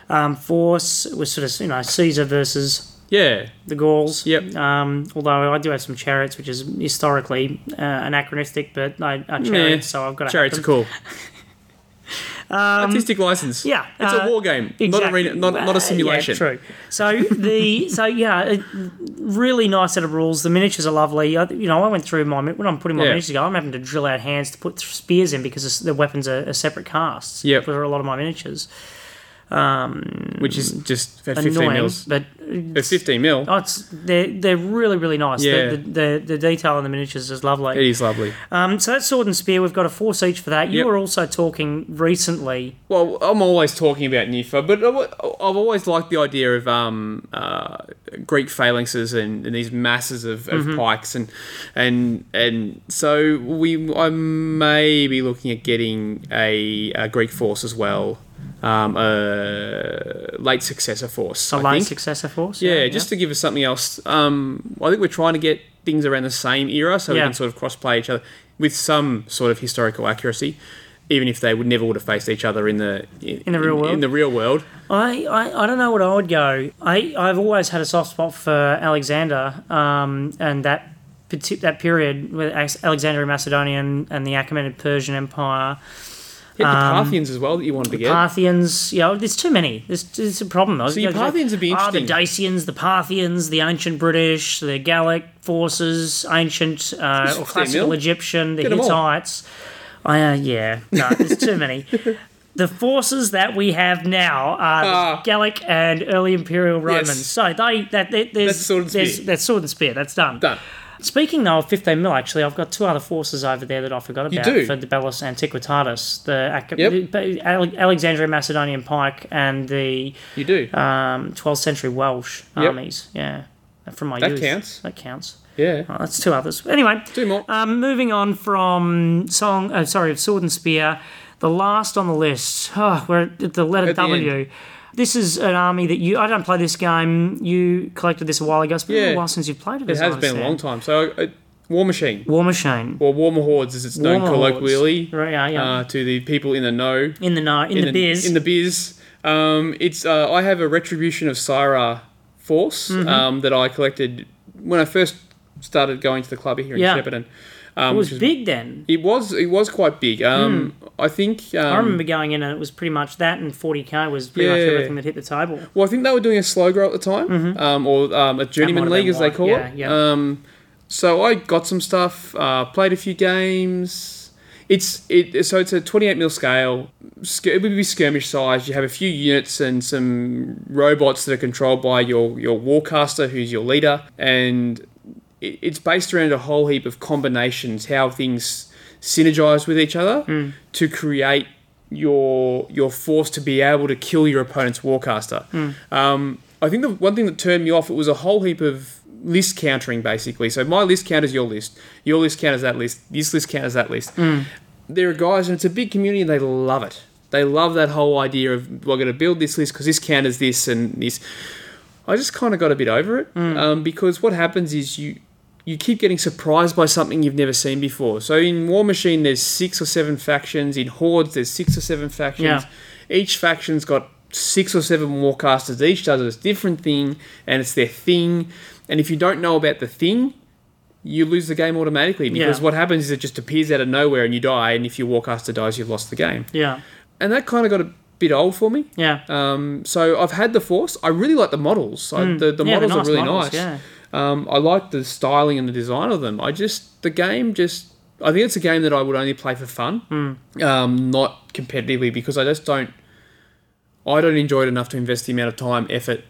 um, force. It was sort of you know Caesar versus
Yeah,
the Gauls.
Yep.
Um, although I do have some chariots, which is <laughs> historically uh, anachronistic, but they are chariots, so I've got to
chariots are cool. Artistic license.
Um, Yeah,
It's
uh,
a war game, not, a
exactly.
re- not, not
Uh,
a simulation.
Yeah, true. So the so yeah, it, really nice set of rules. The miniatures are lovely. I, you know, I went through my mi- when I'm putting my
Yeah.
miniatures together, I'm having to drill out hands to put spears in because it's- the weapons are, are separate casts.
Yep.
for a lot of my miniatures.
Which is just at 15
Annoying,
mils.
but
At 15 mil,
oh, it's they're they're really really nice.
Yeah.
The, the, the the detail in the miniatures is lovely.
it is lovely.
Um, so that's sword and spear. We've got a force each for that. You
Yep.
were also talking recently.
Well, I'm always talking about Nipho, but I- I've always liked the idea of um, uh, Greek phalanxes and, and these masses of, of
Mm-hmm.
pikes, and and and so we I may be looking at getting a, a Greek force as well, um, a late successor force.
A
I
late
think.
successor force.
yeah, just to give us something else. Um, I think we're trying to get things around the same era so
Yeah.
we can sort of cross play each other with some sort of historical accuracy, even if they would never would have faced each other in the in,
the real world?
In the real world,
I, I, I don't know what I would go. I, I've always had a soft spot for Alexander um, and that parti- that period with Ax- Alexander Macedonian and the Achaemenid Persian Empire.
yeah,
Um,
the Parthians as well that you wanted to get.
Parthians, you know, there's too many. There's, there's a problem. I was-
So your
I was-
Parthians would be
Ah, the
interesting.
Dacians, the Parthians, the ancient British, the Gallic forces, ancient
<laughs>
uh, or
15
classical
mil.
Egyptian, the
Get 'em all.
Hittites. I, uh, yeah, no, there's too
<laughs>
many. The forces that we have now are
Ah.
the Gallic and early Imperial Romans. So they that they, there's
That's sword and
there's-
spear.
that's sword and spear. That's done.
Done.
Speaking though of 15 mil, actually, I've got two other forces over there that I forgot about
do?
for the Bellus Antiquitatis, the, Ac-
Yep.
the Ale- Alexandria Macedonian Pike, and the
You do,
um, 12th century Welsh
Yep.
armies. Yeah, from my
That
youth.
counts.
That counts.
yeah.
Oh, that's two others. Anyway,
Two more.
Um, moving on from song, oh, sorry, of sword and spear, the last on the list. Oh, we're at the letter
At the
W. this is an army that you. I don't play this game. You collected this a while ago. It's been a
Yeah.
while since you've played it.
it has been a long time. So, uh, War Machine
War Machine.
or Warmer Hordes, as it's known
Warmer Hordes.
colloquially,
Right, yeah, yeah.
uh, to the people in the know.
in the no, in, the, biz.
In the biz. Um, it's uh, I have a retribution of Syra force
Mm-hmm.
um, that I collected when I first started going to the club here in
Yeah.
Shepparton. Um,
it was
which
big then.
It was it was quite big. Um, I think. Um,
Mm. I remember going in and it was pretty much that, and 40k was pretty much
Yeah.
everything that hit the table.
Well, I think they were doing a slow grow at the time, um, or um, a
might
journeyman
have
league,
been
as they
why.
call
Yeah,
it.
yeah.
Um, so I got some stuff, uh, played a few games. It's it so it's a 28 mil scale. Skir- It would be skirmish size. You have a few units and some robots that are controlled by your your warcaster, who's your leader, and it- it's based around a whole heap of combinations, how things synergize with each other to create your your force to be able to kill your opponent's warcaster. Um, I think the one thing that turned me off it was a whole heap of list countering basically. So my list counters your list, your list counters that list, this list counters that list. There are guys, and it's a big community, and they love it. They love that whole idea of we're going to build this list because this counters this and this. I just kind of got a bit over it
Mm.
um, because what happens is you you keep getting surprised by something you've never seen before. So in War Machine, there's six or seven factions. In Hordes, there's six or seven factions.
Yeah.
Each faction's got six or seven warcasters. Each does its different thing, and it's their thing. And if you don't know about the thing, you lose the game automatically because
Yeah.
what happens is it just appears out of nowhere and you die. And if your warcaster dies, you've lost the game.
Yeah,
And that kind of got a bit old for me.
yeah.
Um, so I've had the Force. I really like the models. I, the the
Hmm. Yeah, they're
models are really
models,
nice.
Yeah.
Um, I like the styling and the design of them. I just the game just. I think it's a game that I would only play for fun,
Hmm.
um, not competitively, because I just don't. I don't enjoy it enough to invest the amount of time, effort,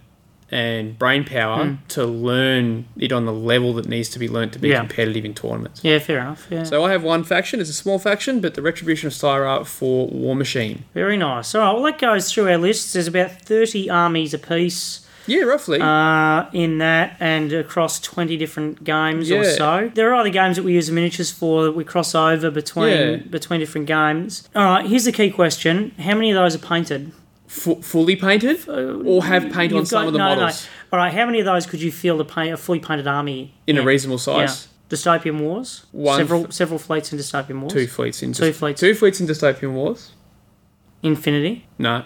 and brain power
Hmm.
to learn it on the level that needs to be learnt to be
Yeah.
competitive in tournaments.
yeah, fair enough. Yeah.
So I have one faction. It's a small faction, but the Retribution of Styra for War Machine.
Very nice. All right, well, that goes through our lists. There's about 30 armies apiece
Yeah, roughly.
uh, in that and across 20 different games or
Yeah.
so. There are other games that we use the miniatures for that we cross over between
Yeah.
between different games. All right, here's the key question. How many of those are painted?
Fu- fully painted, or have paint on
You've
some
got-
of the
no, no.
models
All right, how many of those could you feel the paint, a fully painted army
in a
in?
reasonable
Yeah.
size.
Dystopian Wars?
One
several
f-
several fleets in Dystopian Wars?
Two fleets in
Two fleets.
Two fleets in Dystopian Wars.
Infinity?
No.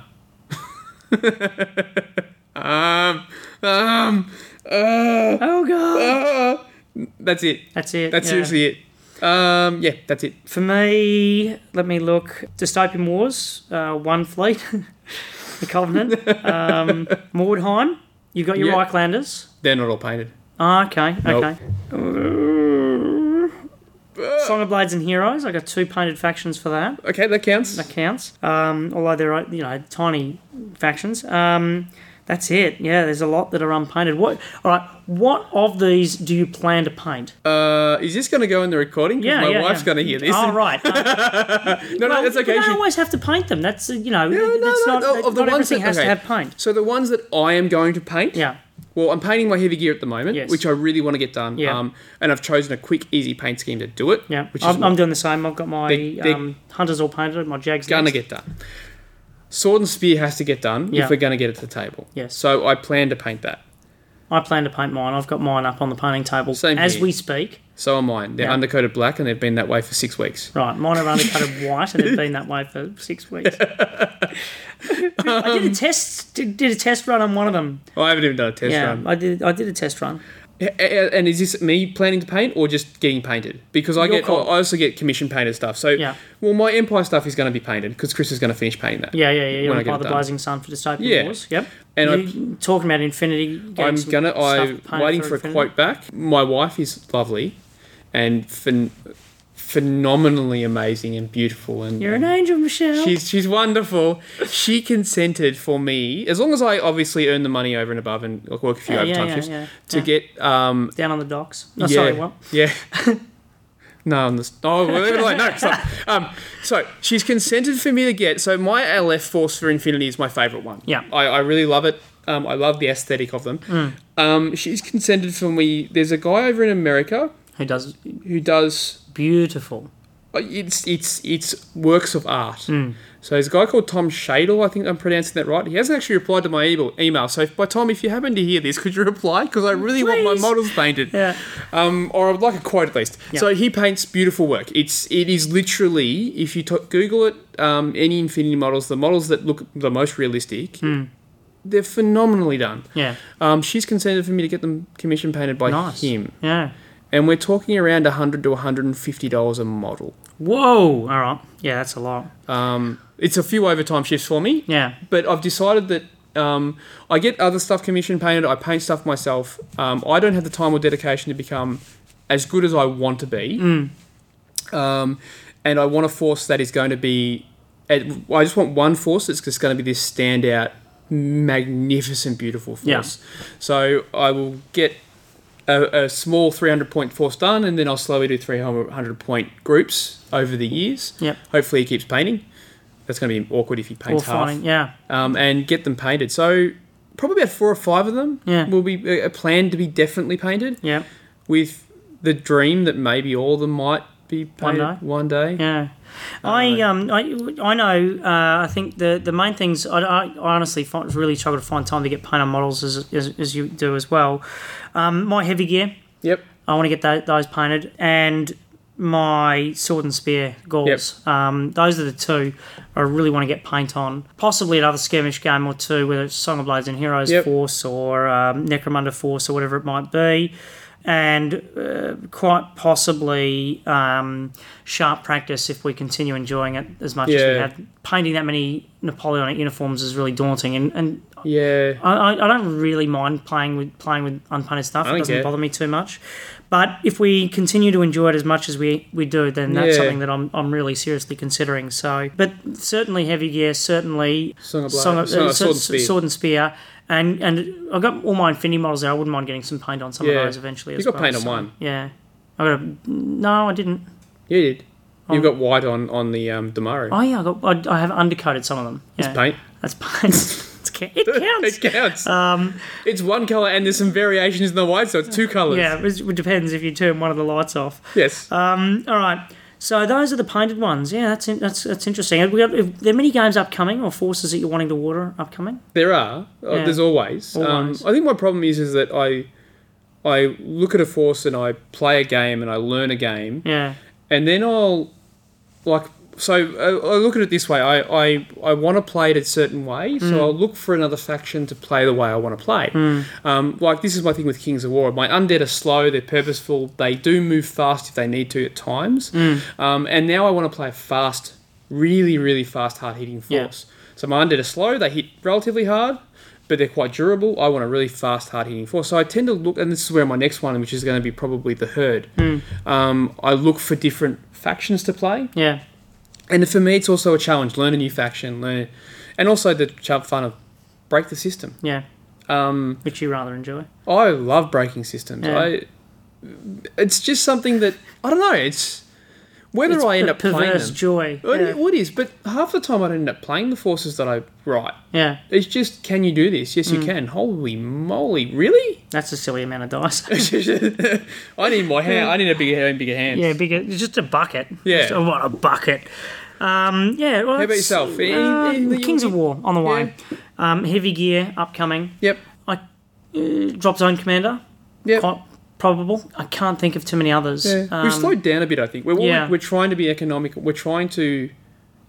um. Um. Uh,
Oh, God.
uh, that's it.
That's it.
That's
yeah.
seriously it. Um, yeah, that's it.
For me, let me look. Dystopian Wars, uh, One Fleet, <laughs> The Covenant, um,
<laughs>
Mordheim. You've got your
Yeah.
Reichlanders.
They're not all painted.
Ah, okay,
Nope. Uh,
okay. Song of Blades and Heroes. I got two painted factions for that.
Okay, that counts.
That counts. Um, although they're you know tiny factions. Um, that's it. Yeah, there's a lot that are unpainted. What? All right. What of these do you plan to paint?
Uh, is this going to go in the recording? 'Cause
yeah,
my
yeah,
wife's
yeah.
going to hear this.
Oh,
<laughs>
right. Uh,
no, no, that's okay.
You don't
She-
always have to paint them. That's uh, you know.
no,
that's
no,
not.
no,
that-
of the
not
ones
everything
that-
has
okay.
to have paint.
So the ones that I am going to paint.
Yeah.
Well, I'm painting my heavy gear at the moment,
Yes.
which I really want to get done.
Yeah.
Um, and I've chosen a quick, easy paint scheme to do it.
Yeah.
Which is
I'm, I'm doing the same. I've got my
They- they-
um, hunters all painted. My jags.
gonna
next.
get done. Sword and spear has to get done
Yeah.
if we're gonna get it to the table.
Yes.
So I plan to paint that.
I plan to paint mine. I've got mine up on the painting table
Same
as
here.
we speak.
So are mine. They're
Yeah.
undercoated black and they've been that way for six weeks.
Right, mine are undercoated
<laughs>
white, and they've been that way for six weeks. I did a test. Did, did a test run on one of them.
Oh, I haven't even done a test
yeah,
run.
I did. I did a test run.
A- a- Eh, And is this me planning to paint or just getting painted? Because I
Your
get,
call.
I also get commission painted stuff. So,
Yeah.
well, my empire stuff is going to be painted because Chris is going to finish painting that.
Yeah, yeah, yeah. You
When I
want
get
to buy
it
the
done.
Blazing Sun for Dystopian
Yeah.
Wars? Yep.
And I-
you, talking about Infinity. Games
I'm
and
gonna.
stuff
I'm
painted
waiting for a
Infinity.
quote back. My wife is lovely, and phen- phenomenally amazing and beautiful. And
You're an angel, Michelle.
She's she's wonderful. She consented for me, as long as I obviously earn the money over and above and like, work a few
Yeah, yeah,
overtime
yeah,
shifts
yeah,
to
yeah.
get. Um,
down on the docks. No,
yeah,
sorry, what?
yeah. <laughs> no, on the oh, well, never
<laughs>
mind, no, stop. Um, so she's consented for me to get. So my LF Force for Infinity is my favorite one.
Yeah. Mm.
I, I really love it. Um, I love the aesthetic of them. Um, she's consented for me. There's a guy over in America
Who does
who does
beautiful?
it's it's it's works of art.
Hmm.
So there's a guy called Tom Shadle, I think I'm pronouncing that right. He hasn't actually replied to my email. email. So if, by Tom, if you happen to hear this, could you reply? Because I really want
Please.
my models
<laughs>
painted.
Yeah.
Um, or I would like a quote at least.
Yeah.
So he paints beautiful work. It's it is literally if you to Google it, um, any Infinity models, the models that look the most realistic,
Hmm.
they're phenomenally done.
Yeah.
Um, she's consented for me to get them commission painted by
Nice.
him,
Yeah.
and we're talking around 100 to 150 dollars a model.
Whoa. All right. Yeah, that's a lot.
Um, it's a few overtime shifts for me,
Yeah.
but I've decided that um, I get other stuff commission painted. I paint stuff myself. Um, I don't have the time or dedication to become as good as I want to be,
Mm.
um, and I want a force that is going to be. at- I just want one force that's just going to be this standout, magnificent, beautiful force.
Yeah.
So I will get a, a small 300 point force done, and then I'll slowly do 300 point groups over the years.
Yep.
Hopefully, he keeps painting. That's going to be awkward if he
Or
paints half.
fighting. Yeah.
Um, and get them painted. So probably about four or five of them
Yeah.
will be uh, planned to be definitely painted.
Yeah.
With the dream that maybe all of them might be
One
painted
day.
one day.
Yeah. I um I, I know uh, I think the the main things I, I I honestly find, really struggle to find time to get paint on models as, as, as you do as well. Um, my heavy gear
Yep.
I want to get tho- those painted and my sword and spear gauls. Um, those are the two I really want to get paint on. Possibly another skirmish game or two, whether it's Song of Blades and Heroes
Yep.
Force or um, Necromunda Force or whatever it might be. And uh, quite possibly um, sharp practice if we continue enjoying it as much as we
Yeah.
have. Painting that many Napoleonic uniforms is really daunting, and, and
Yeah.
I, I, I don't really mind playing with playing with unpunished stuff.
don't
It doesn't
care.
bother me too much. But if we continue to enjoy it as much as we, we do, then that's
Yeah.
something that I'm, I'm really seriously considering. So, but certainly heavy gear, certainly
Song of
Song
Blades-
of- uh,
Sword and
S-
Spear.
sword and spear, and and I've got all my Infinity models there. I wouldn't mind getting some paint on some
Yeah.
of those eventually.
You
as
got
well,
paint on
so,
one.
Yeah, I got a, no, I didn't.
You did. You've got white on on the um, Demaru.
Oh yeah, I got I, I have undercoated some of them. Yeah.
Paint.
That's paint. <laughs> It's ca- it counts. Um,
<laughs> It counts. it's one color, and there's some variations in the white, so it's two colors.
Yeah, Uh, it depends if you turn one of the lights off.
Yes.
Um, All right. So those are the painted ones. Yeah, that's in, that's that's interesting. Have we got, if there are many games upcoming or forces that you're wanting to water upcoming?
There are. Uh,
Yeah.
There's always.
Always.
Um, I think my problem is is that I, I look at a force and I play a game and I learn a game
Yeah,
and then I'll, like, so uh, I, I look at it this way. I, I, I want to play it a certain way, so I'll look for another faction to play the way I want to play. Um, like this is my thing with Kings of War. My undead are slow. They're purposeful. They do move fast if they need to at times. Um, and now I want to play a fast, really really fast, hard hitting
Yeah.
force. So my undead are slow. They hit relatively hard. But they're quite durable. I want a really fast, hard-hitting force. So I tend to look, and this is where my next one, which is going to be probably the herd. Um, I look for different factions to play
Yeah.
and for me, it's also a challenge. Learn a new faction, learn, and also the ch- fun of break the system.
Yeah.
Um,
Which you rather enjoy.
I love breaking systems.
Yeah.
I, it's just something that I don't know. It's whether
It's
I end
per-
up playing
perverse
them.
joy.
It-
Yeah.
It is, but half the time I don't end up playing the forces that I write.
yeah.
It's just, can you do this?
Mm.
Yes, you can. Holy moly, really? <laughs>
That's a silly amount of dice.
I need my hand. I need a bigger hand, bigger hands.
yeah, bigger. It's just a bucket.
Yeah.
Just, oh, what a bucket. Um, yeah. Well,
How about
it's,
yourself? Any-
uh,
anything that you
Kings of
want
War on the
Yeah.
way. Um, Heavy Gear upcoming.
Yep.
I uh, Drop Zone Commander.
Yep.
Quite probable. I can't think of too many others.
Yeah.
Um,
We've slowed down a bit, I think. We're,
yeah.
we're trying to be economic. We're trying to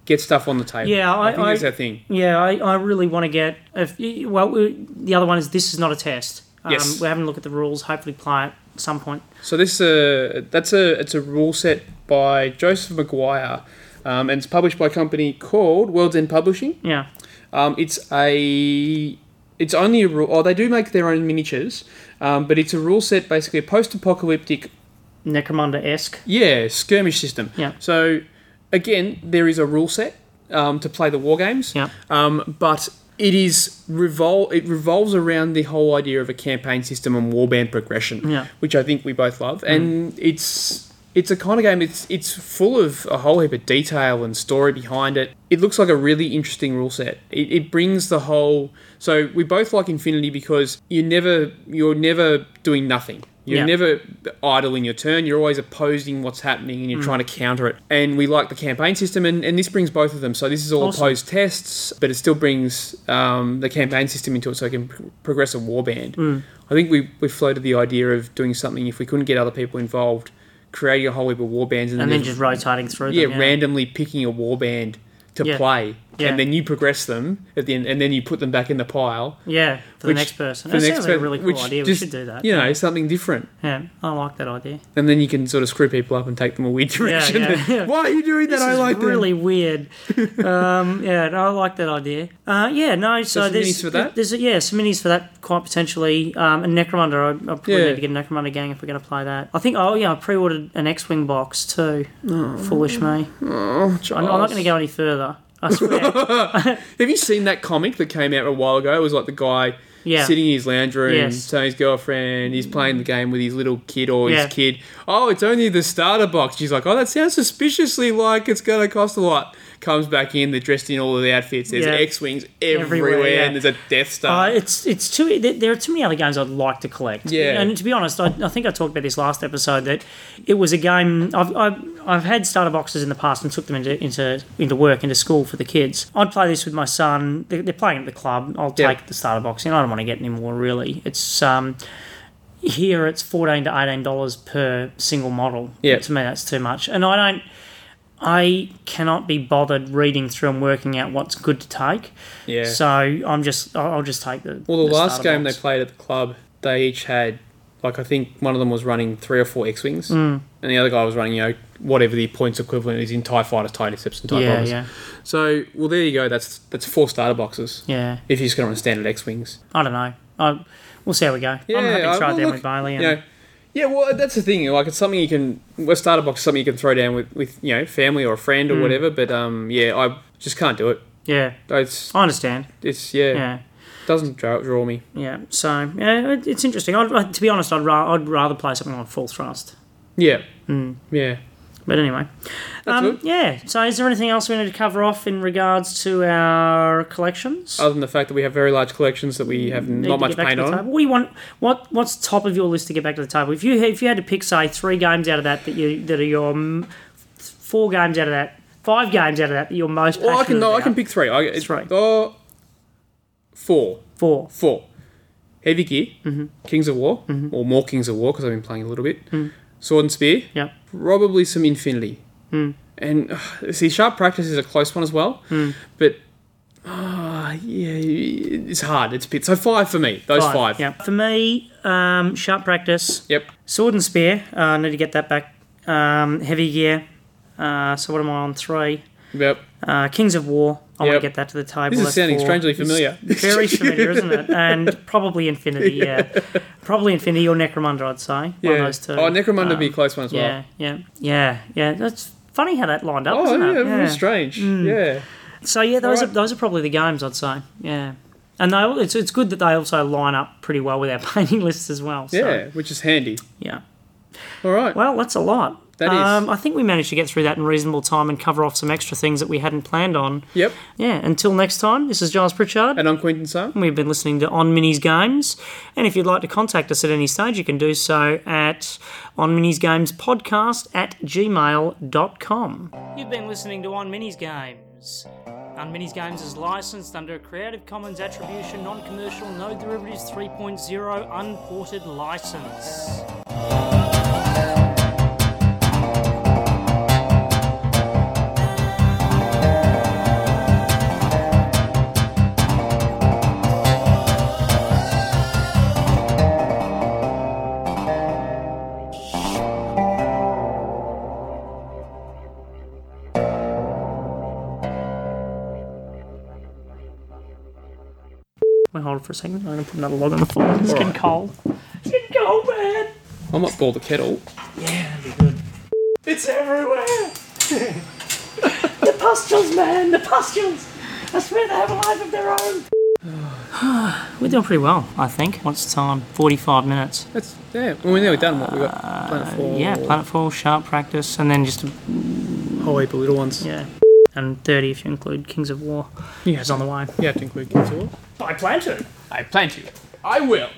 get stuff on the table.
Yeah, I-
think that's
I-
our thing.
Yeah, I, I really want to get. If, well, we- the other one is this is not a test. Um,
Yes.
We're having a look at the rules. Hopefully, play it at some point.
So this uh, that's a it's a rule set by Joseph Maguire, um, and it's published by a company called World's End Publishing.
Yeah.
Um, it's a it's only a rule. Oh, they do make their own miniatures, um, but it's a rule set basically a post-apocalyptic
Necromunda esque.
Yeah, skirmish system.
Yeah.
So again, there is a rule set um, to play the war games.
Yeah.
Um, but it is revol- it revolves around the whole idea of a campaign system and warband progression.
Yeah. Mm.
Which I think we both love, and it's it's a kind of game. It's it's full of a whole heap of detail and story behind it. It looks like a really interesting rule set. It, it brings the whole. So we both like Infinity because you never you're never doing nothing. You're
Yeah.
never idle in your turn. You're always opposing what's happening
Mm.
and you're trying to counter it. And we like the campaign system, and, and this brings both of them. So this is all
Awesome.
opposed tests, but it still brings um, the campaign system into it so it can pr- progress a warband.
Mm.
I think we, we floated the idea of doing something if we couldn't get other people involved, creating a whole heap of warbands and,
And then
then
just rotating through
yeah,
them.
randomly picking a warband to
Yeah.
play.
Yeah.
And then you progress them at the end, and then you put them back in the pile.
Yeah, for the
which-
next person.
for
That
the next
sounds like a
per-
really cool
which
idea.
just,
we should do that.
You know, something different.
Yeah, I like that idea.
And then you can sort of screw people up and take them a weird direction.
yeah, yeah.
<laughs> Why are you doing that?
This
I
is
like really
really weird.
<laughs>
um, yeah, no, I like that idea. Uh, yeah, no, so
some
there's
minis for that?
There's yeah, some minis for that quite potentially. Um, and Necromunda, I, I probably
Yeah.
need to get a Necromunda gang if we're going to play that. I think. Oh yeah, I pre-ordered an X-wing box too.
Oh.
Foolish me. I'm, I'm not going to go any further. I
<laughs>
swear.
Have you seen that comic that came out a while ago? It was like the guy
Yeah.
sitting in his lounge room,
Yes.
telling his girlfriend he's playing the game with his little kid or
Yeah.
his kid. Oh, it's only the starter box. She's like, oh, that sounds suspiciously like it's going to cost a lot. Comes back in, they're dressed in all of the outfits. There's
Yeah.
X wings everywhere,
Everywhere, yeah.
and there's a Death Star.
Uh, it's it's too. there- There are too many other games I'd like to collect.
Yeah.
And to be honest, I, I think I talked about this last episode that it was a game. I've, I've I've had starter boxes in the past and took them into into into work into school for the kids. I'd play this with my son. They're, they're playing at the club. I'll
Yeah.
take the starter box in. I don't want to get any more really. It's um. Here it's fourteen to eighteen dollars per single model.
Yeah.
To me, that's too much, and I don't. I cannot be bothered reading through and working out what's good to take.
yeah.
So I'm just, I'll I'll just take the.
well, the last
starter
game
box.
they played at the club, they each had, like, I think one of them was running three or four X wings,
Hmm.
and the other guy was running, you know, whatever the points equivalent is in Tie Fighters, Tie Intercepts, and Tie
Yeah,
Bombers.
yeah,
So, well, there you go. That's that's four starter boxes.
yeah.
If you're just going to run standard X wings,
I don't know. I, we'll see how we go. I'm happy to try it down with Bailey. And,
yeah, yeah. Well, that's the thing. Like, it's something you can. A starter box is something you can throw down with, with you know family or a friend or
Hmm.
whatever. But um, yeah, I just can't do it.
yeah,
It's
I understand.
it's yeah,
Yeah,
doesn't draw, draw me.
yeah. So yeah, it, it's interesting. I'd, I, to be honest, I'd, ra- I'd rather play something on full thrust.
Yeah,
Hmm.
yeah.
But anyway,
That's
um,
good.
yeah. So is there anything else we need to cover off in regards to our collections?
Other than the fact that we have very large collections that we have
Need
not
to
much
get back to
paint
the
on.
table? What do you want? What What's top of your list to get back to the table? If you if you had to pick, say, three games out of that that you that are your mm, four games out of that, five games out of that that you're most passionate
Well, I can no, I
about.
can pick three. I, it's
right.
Oh, four.
four.
Four. Heavy Gear,
Mm-hmm.
Kings of War, or more
Mm.
Kings of War because I've been playing a little bit. Sword and Spear,
Yep. Mm.
probably some Infinity. And uh, see, sharp practice is a close one as well. But uh, yeah, it's hard. It's a bit. So five for me. Those five.
Yeah. For me, um, sharp practice,
Yep.
sword and spear. Uh, need to get that back. Um, heavy gear. Uh, so what am I on? Three.
Yep.
Uh, Kings of War. I want
Yep.
to get that to the table.
This is
That's
sounding
four.
strangely
It's
familiar. <laughs>
very familiar, isn't it? And probably Infinity. Yeah. Probably Infinity or Necromunda. I'd say one
Yeah.
of those two. Uh, Um,
Oh, Necromunda would be a close one as well.
Yeah, yeah, yeah, yeah. That's funny how that lined up,
Oh,
isn't
yeah,
it?
very strange.
Mm.
Yeah.
So yeah, those
Alright.
are those are probably the games I'd say. Yeah, and they, it's it's good that they also line up pretty well with our <laughs> painting lists as well. So,
Yeah, which is handy.
yeah.
All right.
Well, that's a lot.
That is.
Um, I think we managed to get through that in reasonable time and cover off some extra things that we hadn't planned on.
yep.
Yeah. Until next time, this is Giles Pritchard.
And I'm Quentin Sarr.
We've been listening to On Minis Games, and if you'd like to contact us at any stage, you can do so at On Minis Games Podcast at gmail.com. You've been listening to On Minis Games. On Minis Games is licensed under a Creative Commons Attribution, Non Commercial, No Derivatives 3.0 Unported License. Wait, hold for a second. I'm going to put another log on the floor. It's getting
right.
cold. It's getting cold, man.
I might boil the kettle.
Yeah, that'd be good. It's everywhere! the pustules, man! The pustules! I swear they have a life of their own! We're doing pretty well, I think. What's the time? 45 minutes.
That's yeah. Well, we're nearly done. What we got? Planet four.
Uh, Yeah, Planetfall, Sharp Practice, and then just, a,
Whole heap of little ones.
yeah, and 30 if you include Kings of War
Yeah.
is on the way.
You have to include kids all.
I plan to!
I plan to. I will.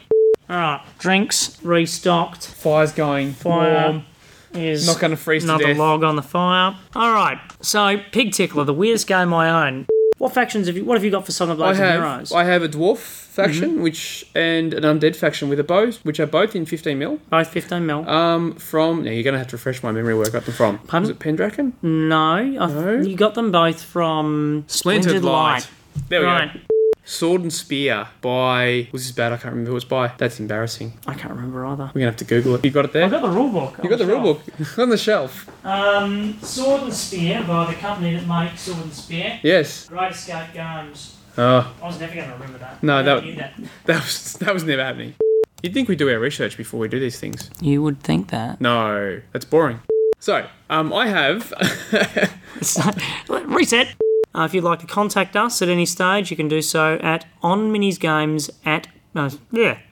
Alright, drinks restocked.
Fire's going.
Fire
Warm.
is
Not gonna freeze to
another
death.
log on the fire. All right. So pig tickler, the weirdest game I own. What factions have you? What have you got for Son of
I
Blades and Mm-hmm.
have
Heroes?
I have a dwarf faction which and an undead faction with a bow, which are both in 15 mil.
Both fifteen mil.
Um, from now you're gonna have to refresh my memory where I got them from.
Pardon?
Was it Pendragon?
no, I
no.
you got them both from Splintered, Light.
There we
Right.
go. Sword and Spear by was this bad? I can't remember who it was by. That's embarrassing.
I can't remember either.
We're gonna have to Google it. You got it there.
I got the rule book.
you got the rule book on the shelf.
Um, Sword and Spear by the company that makes Sword and Spear.
Yes.
Great Escape Games.
Oh,
I was never going to remember that.
No,
I never
that-
knew that.
that was that was never happening. You'd think we do our research before we do these things.
You would think that.
No, that's boring. So, um, I have
<laughs>
<laughs>
Reset. Uh, if you'd like to contact us at any stage, you can do so at onminisgames at no, uh, yeah,